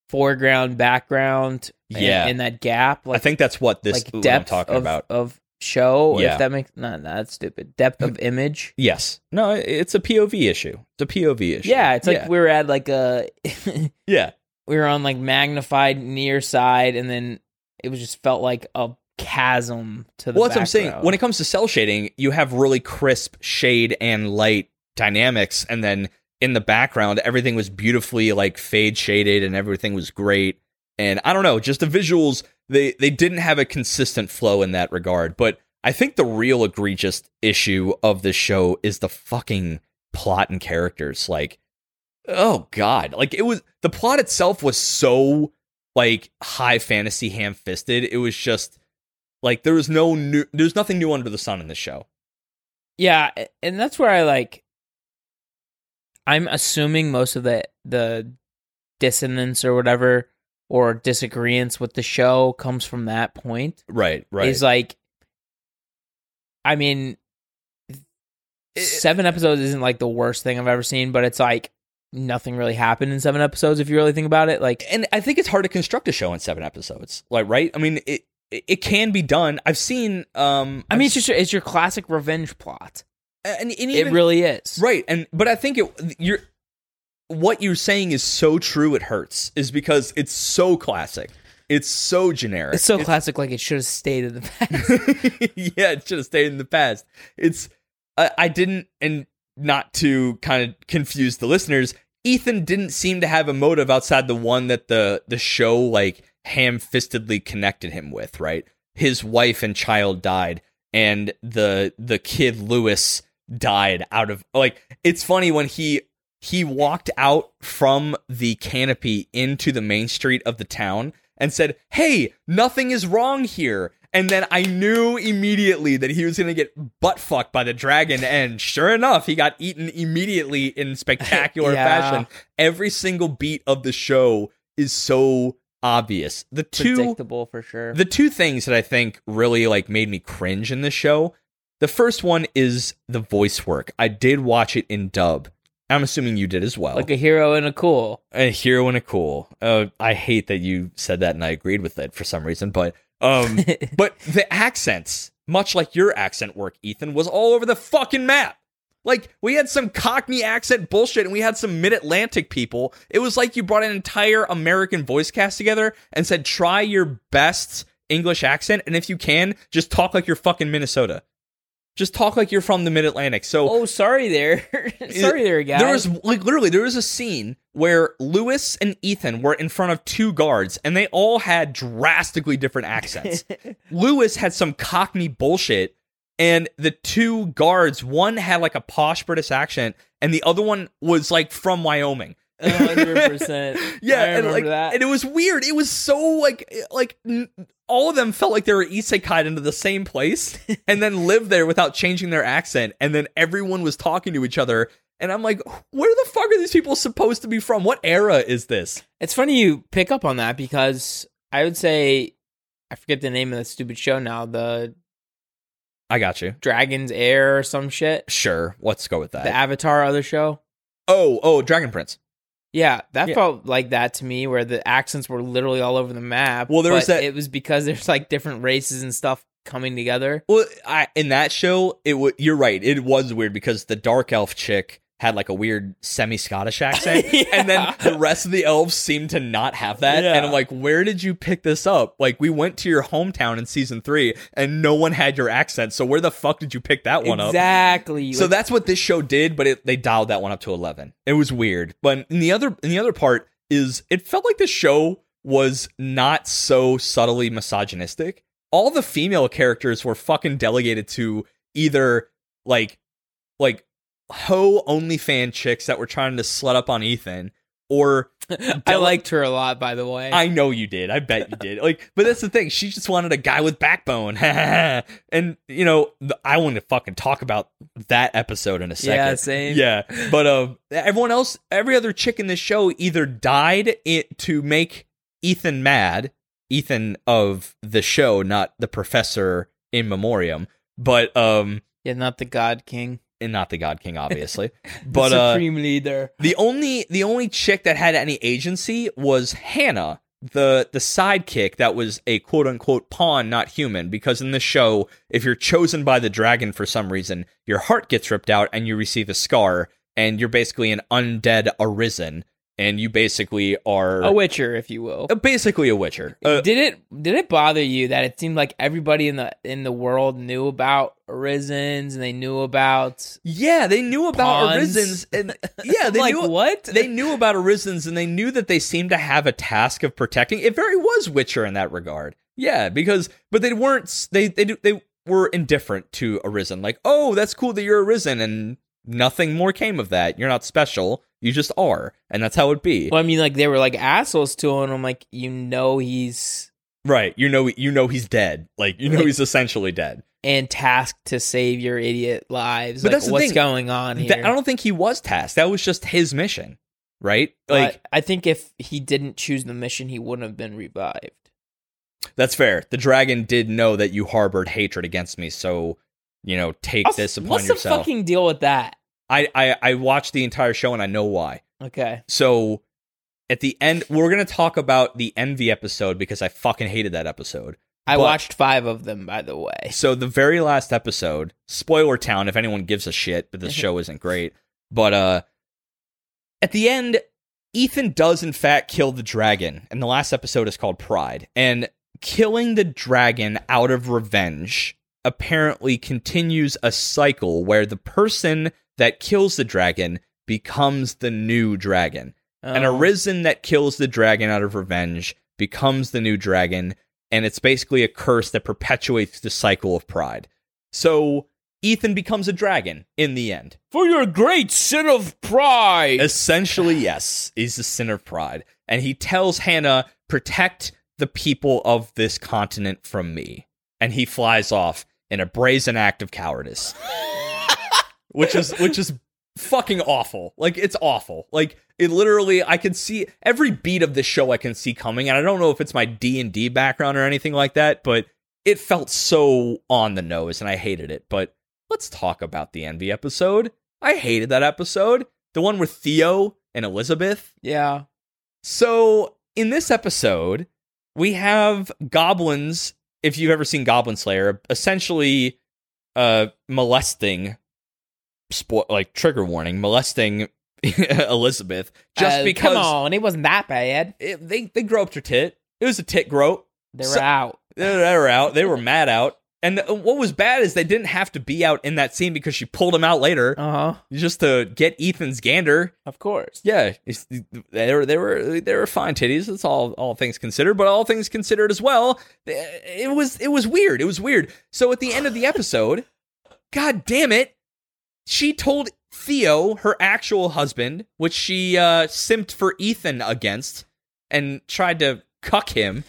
foreground, background, and, Yeah. and that gap. Like, I think that's what this like what I'm depth talking of, about. of show. Yeah. If that makes no, no, that's stupid. Depth of image. Yes. No, it's a POV issue. It's a POV issue. Yeah, it's like we were at like a yeah. we were on like magnified near side, and then it was just felt like a chasm to the. Well, that's what I'm saying. background. When it comes to cell shading, you have really crisp shade and light dynamics, and then in the background, everything was beautifully like fade shaded, and everything was great. And I don't know, just the visuals they they didn't have a consistent flow in that regard. But I think the real egregious issue of this show is the fucking plot and characters. Like, oh god, like it was the plot itself was so like high fantasy ham fisted. It was just like there was no new, there's nothing new under the sun in this show. Yeah, a- and that's where I like. I'm assuming most of the the dissonance or whatever or disagreements with the show comes from that point. Right, right. Is like, I mean, seven episodes isn't like the worst thing I've ever seen, but it's like nothing really happened in seven episodes if you really think about it. Like, and I think it's hard to construct a show in seven episodes. Like, right? I mean, it it can be done. I've seen. um I mean, it's just your, it's your classic revenge plot. and, and It even- really is. right. And but I think it you're what you're saying is so true. It hurts is because it's so classic. It's so generic. It's so classic, like it should have stayed in the past. yeah, it should have stayed in the past. It's I, I didn't, and not to kind of confuse the listeners. Ethan didn't seem to have a motive outside the one that the the show like ham fistedly connected him with. Right, his wife and child died, and the the kid Lewis died out of like. It's funny when he he walked out from the canopy into the main street of the town and said, Hey, nothing is wrong here. And then I knew immediately that he was going to get butt fucked by the dragon. And sure enough, he got eaten immediately in spectacular Yeah. fashion. Every single beat of the show is so obvious. The two Predictable for sure. the two things that I think really like made me cringe in this show. The first one is the voice work. I did watch it in dub. I'm assuming you did as well. like a hero and a cool. a hero and a cool. Uh, I hate that you said that and I agreed with it for some reason, but um, but the accents, much like your accent work, Ethan, was all over the fucking map. Like we had some Cockney accent bullshit, and we had some Mid Atlantic people. It was like you brought an entire American voice cast together and said, "Try your best English accent, and if you can, just talk like you're fucking Minnesota. Just talk like you're from the Mid Atlantic." So oh, sorry there. sorry there, guys. there was like literally there was a scene where Lewis and Ethan were in front of two guards and they all had drastically different accents. Lewis had some cockney bullshit and the two guards one had like a posh British accent and the other one was like from Wyoming. 100%. Yeah, I and remember like that. and it was weird. It was so like eh, like n- all of them felt like they were isekai into the same place and then lived there without changing their accent and then everyone was talking to each other and I'm like, where the fuck are these people supposed to be from? What era is this? it's funny you pick up on that because I would say, I forget the name of that stupid show now, the I got you. Dragon's Air or some shit. Sure, let's go with that. The Avatar other show. oh, oh, Dragon Prince. Yeah, that Yeah. felt like that to me, where the accents were literally all over the map. Well, there was but that- It was because there's like different races and stuff coming together. Well, I, in that show, it w- you're right. It was weird because the dark elf chick had like a weird semi Scottish accent, Yeah. and then the rest of the elves seemed to not have that. Yeah. And I'm like, where did you pick this up? Like, we went to your hometown in season three, and no one had your accent. So where the fuck did you pick that one up? exactly. So Like, that's what this show did, but it, they dialed that one up to eleven. It was weird. But in the other in the other part is it felt like the show was not so subtly misogynistic. All the female characters were fucking delegated to either like like ho OnlyFan chicks that were trying to slut up on Ethan or I Della- liked her a lot, by the way. I know you did. I bet you did. Like, but that's the thing. She just wanted a guy with backbone. and you know, th- I want to fucking talk about that episode in a second. Yeah, same. Yeah, but um, everyone else, every other chick in this show either died it to make Ethan mad Ethan of the show, not the professor in memoriam, but um Yeah, not the God King, and not the God King, obviously. the but uh supreme leader. the only the only chick that had any agency was Hannah, the the sidekick that was a quote unquote pawn, not human. Because in the show, if you're chosen by the dragon for some reason, your heart gets ripped out and you receive a scar, and you're basically an undead arisen, and you basically are A Witcher, if you will. uh, basically a witcher. Uh, did it did it bother you that it seemed like everybody in the in the world knew about Arisens and they knew about yeah, they knew about Pawns. arisens, and yeah, they like knew what? they knew about Arisens and they knew that they seemed to have a task of protecting. It very was Witcher in that regard. Yeah, because but they weren't they they they were indifferent to Arisen. Like, "Oh, that's cool that you're Arisen." And nothing more came of that. You're not special. You just are. And that's how it be. well, I mean, like they were like assholes to him. I'm like, you know, he's Right. You know you know he's dead. Like, you know Like- he's essentially dead. and tasked to save your idiot lives. But like, that's the what's thing. going on here? Th- I don't think he was tasked. That was just his mission. Right? Like But I think if he didn't choose the mission, he wouldn't have been revived. That's fair. The dragon did know that you harbored hatred against me, so you know, take What's- this upon what's yourself. the fucking deal with that? I, I I watched the entire show and I know why. Okay, So at the end, we're gonna talk about the envy episode because I fucking hated that episode. I But- watched five of them, by the way. So the very last episode, spoiler town, if anyone gives a shit, but this show isn't great. But uh at the end, Ethan does in fact kill the dragon, and the last episode is called Pride. And killing the dragon out of revenge apparently continues a cycle where the person that kills the dragon becomes the new dragon. An Um, arisen that kills the dragon out of revenge becomes the new dragon, and it's basically a curse that perpetuates the cycle of pride. So Ethan becomes a dragon in the end. for your great sin of pride. Essentially, yes, he's the sin of pride. And he tells Hannah, protect the people of this continent from me. And he flies off in a brazen act of cowardice. which is which is fucking awful. Like it's awful. Like it literally I can see every beat of this show I can see coming and I don't know if it's my D&D background or anything like that, but it felt so on the nose and I hated it. But let's talk about the envy episode. I hated that episode, the one with Theo and Elizabeth. yeah, So, in this episode, we have goblins, if you've ever seen Goblin Slayer, essentially uh molesting spo- like trigger warning, molesting Elizabeth just Uh, because come on, it wasn't that bad. It, they they groped her tit. It was a tit grope. They were So- out. They were- they were out. They were mad out. And the- what was bad is they didn't have to be out in that scene because she pulled him out later Uh huh. just to get Ethan's gander. Of course. Yeah, it's, they were they were they were fine titties. That's all all things considered. But all things considered as well, eh, it was it was weird. It was weird. So at the end of the episode, god damn it, she told Theo her actual husband, which she uh, simped for Ethan against, and tried to cuck him.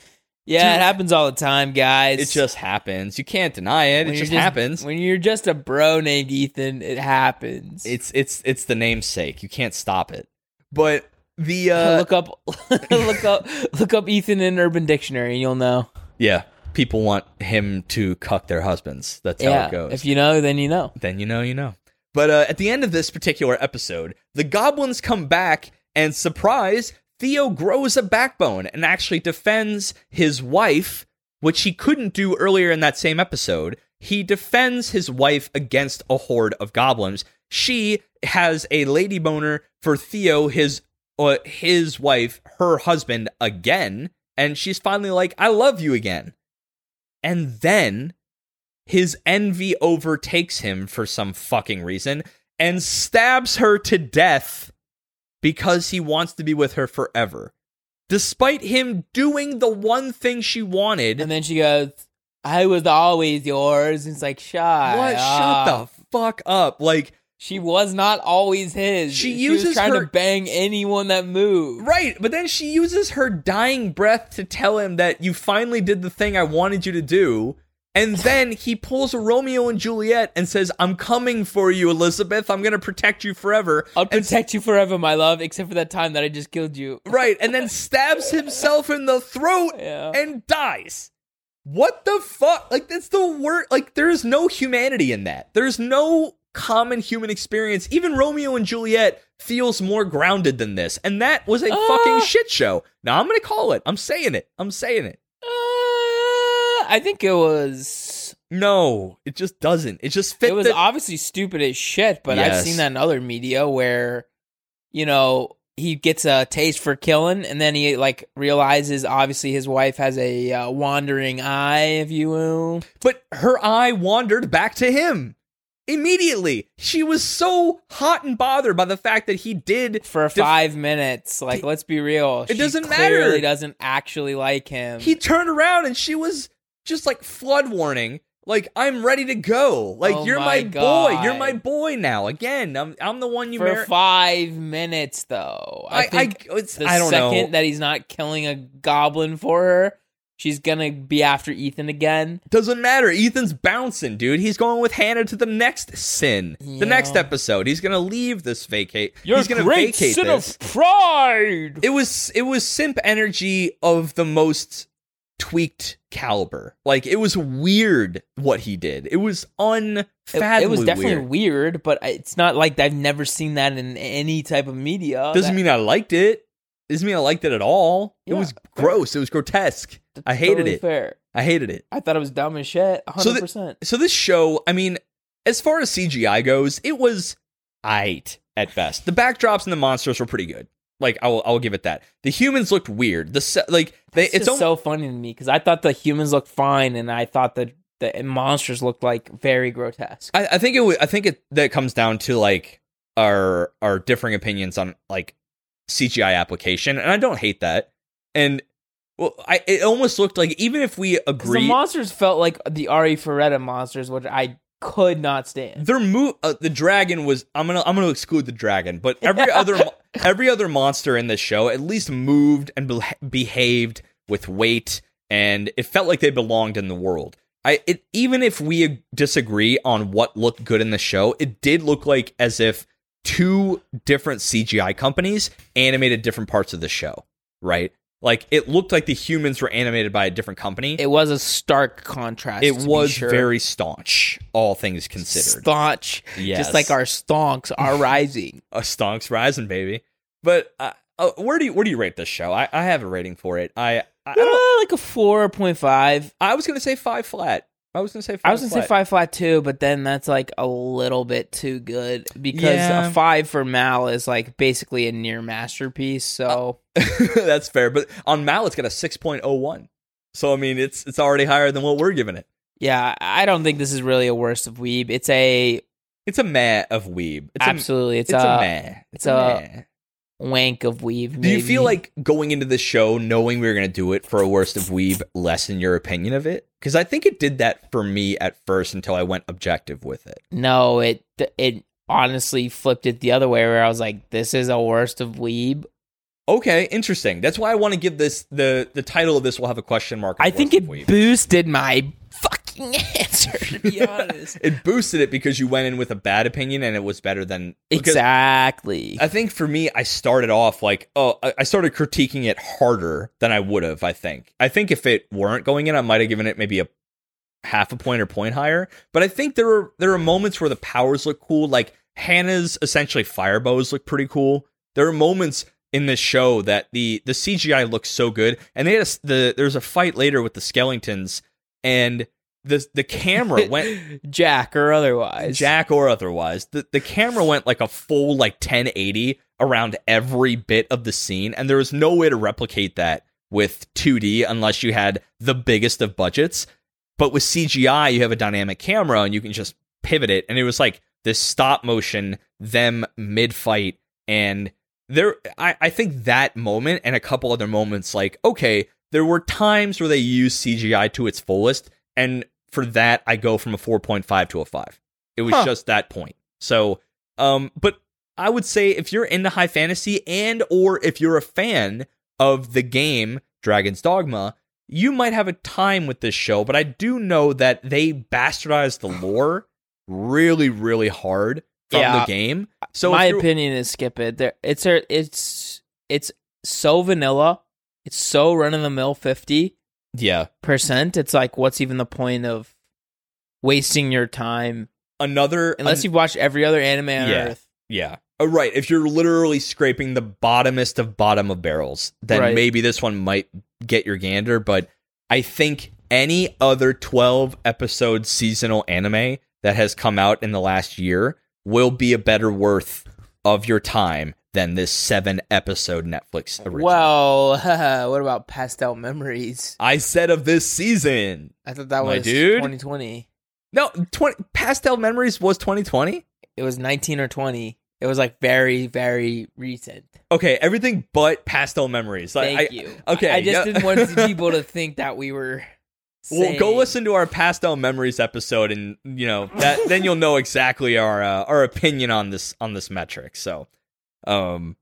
Yeah, Dude. it happens all the time, guys. It just happens. You can't deny it. It When you're just happens. When you're just a bro named Ethan, it happens. It's it's it's the namesake. You can't stop it. But the uh, look up, look up, look up Ethan in Urban Dictionary, and you'll know. Yeah. People want him to cuck their husbands. That's how yeah, it goes. if you know, then you know. then you know, you know. But uh, at the end of this particular episode, the goblins come back and surprise, Theo grows a backbone and actually defends his wife, which he couldn't do earlier in that same episode. He defends his wife against a horde of goblins. She has a lady boner for Theo, his uh, his wife, her husband again, and she's finally like, "I love you again." And then his envy overtakes him for some fucking reason and stabs her to death because he wants to be with her forever. Despite him doing the one thing she wanted. And then she goes, "I was always yours." And it's like, shut. what? Shut up. the fuck up. Like, She was not always his. She was uses trying her- to bang anyone that moved. right. But then she uses her dying breath to tell him that you finally did the thing I wanted you to do. And then he pulls a Romeo and Juliet and says, I'm coming for you, Elizabeth. I'm going to protect you forever. I'll protect you forever, my love, except for that time that I just killed you. Right. And then stabs himself in the throat Yeah. Uh, and dies. What the fuck? Like, that's the worst. Like, there is no humanity in that. There's no common human experience. Even Romeo and Juliet feels more grounded than this. And that was a Ah. fucking shit show. Now I'm going to call it. I'm saying it. I'm saying it. Uh, I think it was. No, it just doesn't. It just fit it was the- obviously stupid as shit, but I've Yes. seen that in other media where, you know, he gets a taste for killing, and then he like realizes obviously his wife has a uh, wandering eye, if you will. But her eye wandered back to him immediately. She was so hot and bothered by the fact that he did. for five minutes. Like, let's be real. It doesn't clearly matter. doesn't actually like him. He turned around and she was just like flood warning. Like I'm ready to go. Like Oh you're my, my boy. You're God. my boy now. Again, I'm I'm the one you for married. five minutes, though. I, I I, think it's, the I don't second know. that he's not killing a goblin for her, she's gonna be after Ethan again. Doesn't matter. Ethan's bouncing, dude. He's going with Hannah to the next sin. Yeah. The next episode, he's gonna leave this vacate. he's gonna vacate this. of pride. it was it was simp energy of the most tweaked caliber. Like it was weird what he did. It was unfathomably it was definitely weird. weird. but I- it's not like I've never seen that in any type of media. Doesn't That- mean I liked it. Doesn't mean I liked it at all. Yeah, It was gross. It was grotesque. that's I hated totally it. Fair. I hated it. I thought it was dumb as shit. So Hundred the- percent. So this show, I mean, as far as CGI goes, it was aight at best. The backdrops and the monsters were pretty good. Like I'll I'll give it that. The humans looked weird. The se- like they, It's, it's just almost. so funny to me because I thought the humans looked fine, and I thought that the monsters looked like very grotesque. I, I think it. wa- I think it that comes down to like our our differing opinions on like CGI application, and I don't hate that. And well, I it almost looked like even if we 'Cause the agree, monsters felt like the Ari Ferretta monsters, which I could not stand. their move uh, the dragon was. I'm gonna I'm gonna exclude the dragon, but every other mo- every other monster in this show at least moved and be- behaved with weight, and it felt like they belonged in the world. I it, even if we disagree on what looked good in the show, it did look like as if two different CGI companies animated different parts of the show, right? Like it looked like the humans were animated by a different company. It, It was a stark contrast. to be was sure. very staunch, all things considered. staunch, Yes. just like our stonks are rising. a stonks rising baby. But uh, uh, where do you where do you rate this show? I, I have a rating for it. I I, I, don't, Uh, like a four point five. I was gonna say five flat. I was gonna say five I was gonna say flat. five flat too, but then that's like a little bit too good because Yeah. a five for Mal is like basically a near masterpiece. So That's fair. But on Mal, it's got a six point oh one. So I mean, it's it's already higher than what we're giving it. Yeah, I don't think this is really a worst of weeb. It's a It's a meh of weeb. It's absolutely A, it's, it's, a, a, meh. it's a- meh. wank of weeb. Do you maybe. feel like going into the show knowing we were going to do it for a worst of weeb lessen your opinion of it? Because I think it did that for me at first until I went objective with it. no? It it honestly flipped it the other way where I was like, this is a worst of weeb. Okay, interesting. That's why I want to give this the the title of this will have a question mark. I think Worst it of Weeb. boosted my fucking answer. To be honest, it boosted it because you went in with a bad opinion and it was better than because exactly. I think for me, I started off like oh, I I started critiquing it harder than I would have. I think. I think if it weren't going in, I might have given it maybe a half a point or point higher. But I think there are there are moments where the powers look cool. Like Hannah's essentially fire bows look pretty cool. There are moments in this show that the the CGI looks so good, and they had a s the there's a fight later with the Skeletons, and the the camera went Jack or otherwise. Jack or otherwise, the, the camera went like a full like 1080 around every bit of the scene, and there was no way to replicate that with 2D unless you had the biggest of budgets. But with CGI, you have a dynamic camera and you can just pivot it. And it was like this stop motion, them mid fight, and there I, I think that moment and a couple other moments like, okay, there were times where they used CGI to its fullest, and for that I go from a four point five to a five. It was Huh. just that point. So, um, but I would say if you're into high fantasy and or if you're a fan of the game Dragon's Dogma, you might have a time with this show, but I do know that they bastardized the lore really, really hard from Yeah. the game. So my if you're- opinion is skip it. There, it's a, it's it's so vanilla. It's so run of the mill fifty yeah, percent. It's like, what's even the point of wasting your time another unless an- you've watched every other anime on Yeah. earth? Yeah. Oh, right. If you're literally scraping the bottomest of bottom of barrels, then Right. maybe this one might get your gander. But I think any other 12 episode seasonal anime that has come out in the last year will be a better worth of your time than this seven episode Netflix original. Well, what about pastel memories? I said of this season. I thought that My was dude. 2020. No, 20, Pastel Memories was 2020. It was 19 or 20. It was like very, very recent. Okay, everything but Pastel Memories. Like, Thank I, you. okay, I, I just yeah. didn't want the people to think that we were. Well, go saying- listen to our pastel memories episode, and you know that then you'll know exactly our uh, our opinion on this on this metric. So, um,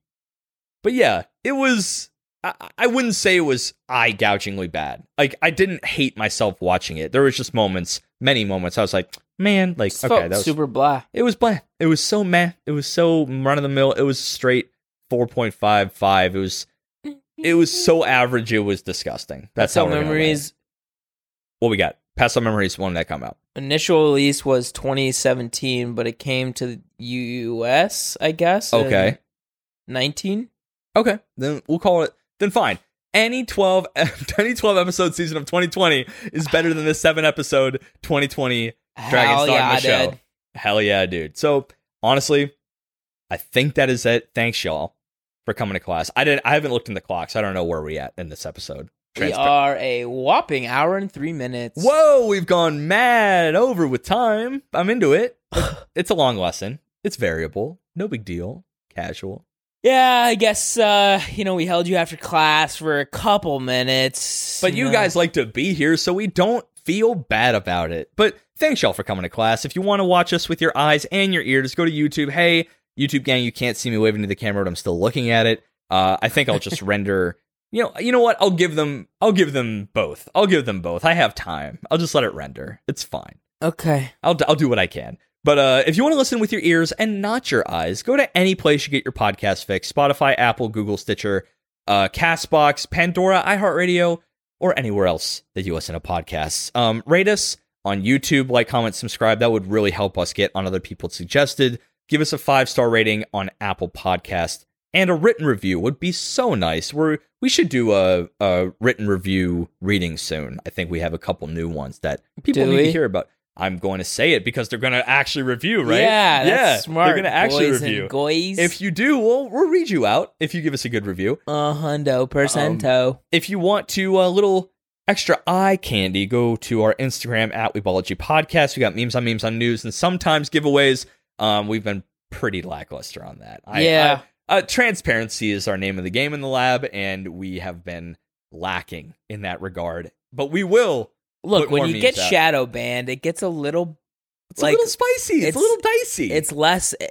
but yeah, it was. I, I wouldn't say it was eye gougingly bad. Like I didn't hate myself watching it. There was just moments, many moments. I was like, man, like Just okay, felt that was super blah. it was bland. It was so meh. It was so run of the mill. It was straight four point five five. It was. It was so average. It was disgusting. That's so how we're gonna land. memories What we got? Pastel memories. When did that come out? initial release was 2017, but it came to the US, I guess. in Okay. 19. Okay. Then we'll call it. Then fine. Any 12, any 12 episode season of 2020 is better than this seven episode 2020. Dragon's Hell yeah, Dogma show. dude. Hell yeah, dude. So honestly, I think that is it. Thanks y'all for coming to class. I didn't. I haven't looked in the clocks. I don't know where we at in this episode. We Transpar- are a whopping hour and three minutes. Whoa, we've gone mad over with time. I'm into it. It's a long lesson. It's variable. No big deal. Casual. Yeah, I guess uh, you know we held you after class for a couple minutes, But you know. guys like to be here, so we don't feel bad about it. But thanks y'all for coming to class. If you want to watch us with your eyes and your ears, go to YouTube. Hey, YouTube gang, you can't see me waving to the camera, but I'm still looking at it. Uh, I think I'll just render. You know, you know what? I'll give them. I'll give them both. I'll give them both. I have time. I'll just let it render. It's fine. Okay. I'll, I'll do what I can. But uh, if you want to listen with your ears and not your eyes, go to any place you get your podcast fix Spotify, Apple, Google, Stitcher, uh, Castbox, Pandora, iHeartRadio, or anywhere else that you listen to podcasts. Um, rate us on YouTube, like, comment, subscribe. That would really help us get on other people's suggested. Give us a five star rating on Apple Podcast and a written review would be so nice. We're, we should do a, a written review reading soon. I think we have a couple new ones that people Do need to we? hear about. I'm going to say it because they're going to actually review, right? Yeah, that's smart. They're going to actually boys and review. Goys. If you do, we'll, we'll read you out if you give us a good review. a hundo percento. If you want to a little extra eye candy, go to our Instagram at Weebology Podcast. We got memes on memes on news and sometimes giveaways. Um, we've been pretty lackluster on that. I- yeah. I- uh, transparency is our name of the game in the lab, and we have been lacking in that regard. But we will. Look, put when more you memes get out. shadow banned, it gets a little. It's Like, a little spicy. It's, a it's- little dicey. It's less, eh,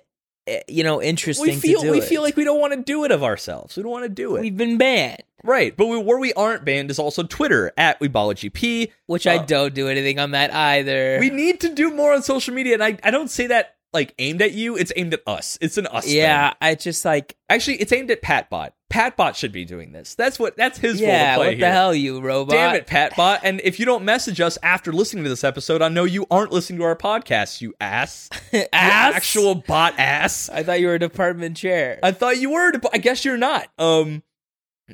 eh, you know, interesting. we feel to do we it. feel like we don't want to do it of ourselves. We don't want to do it. we've been banned, right. But we, where we aren't banned is also Twitter at WeebologyP. which I Uh, don't do anything on that either. We need to do more on social media, and I, I don't say that like aimed at you. It's aimed at us. It's an us. yeah, thing. I just like Actually, it's aimed at Patbot. Patbot should be doing this. That's what that's his yeah. role What to play the here. hell, you robot? Damn it, Patbot. And if you don't message us after listening to this episode, I know you aren't listening to our podcast, you ass. ass! You actual bot ass. I thought you were a department chair. I thought you were, but I guess you're not. Um,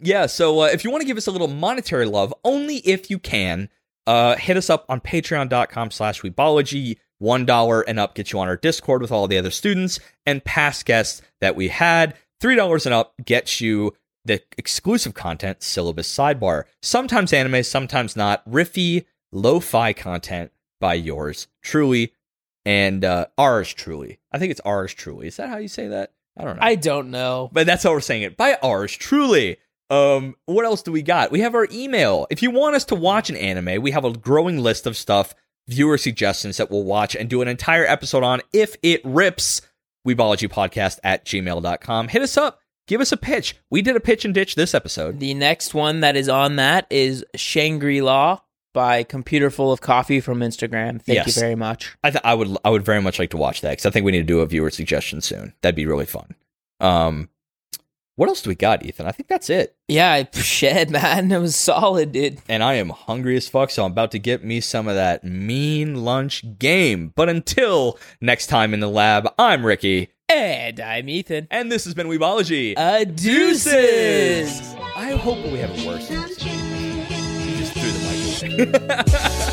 yeah. So uh, if you want to give us a little monetary love, only if you can, uh, hit us up on Patreon.com/slash Weebology. One dollar and up gets you on our Discord with all the other students and past guests that we had. Three dollars and up gets you the exclusive content syllabus sidebar. Sometimes anime, sometimes not. Riffy, lo-fi content by yours truly and uh, ours truly. I think it's ours truly. Is that how you say that? I don't know I don't know. but that's how we're saying it by ours truly um what else do we got we have our email if you want us to watch an anime we have a growing list of stuff viewer suggestions that we'll watch and do an entire episode on if it rips weebologypodcast at gmail.com hit us up Give us a pitch. We did a pitch and ditch this episode. The next one that is on that is Shangri La by Computer Full of Coffee from Instagram. Thank Yes. you very much. I th- I would I would very much like to watch that because I think we need to do a viewer suggestion soon. That'd be really fun. Um, what else do we got, Ethan? I think that's it. Yeah, I, shit, man, it was solid, dude. And I am hungry as fuck, so I'm about to get me some of that mean lunch game. But until next time in the lab, I'm Ricky, And I'm Ethan. and this has been Weebology. A deuces. I hope we have a worse. Some chicken. Just threw the mic.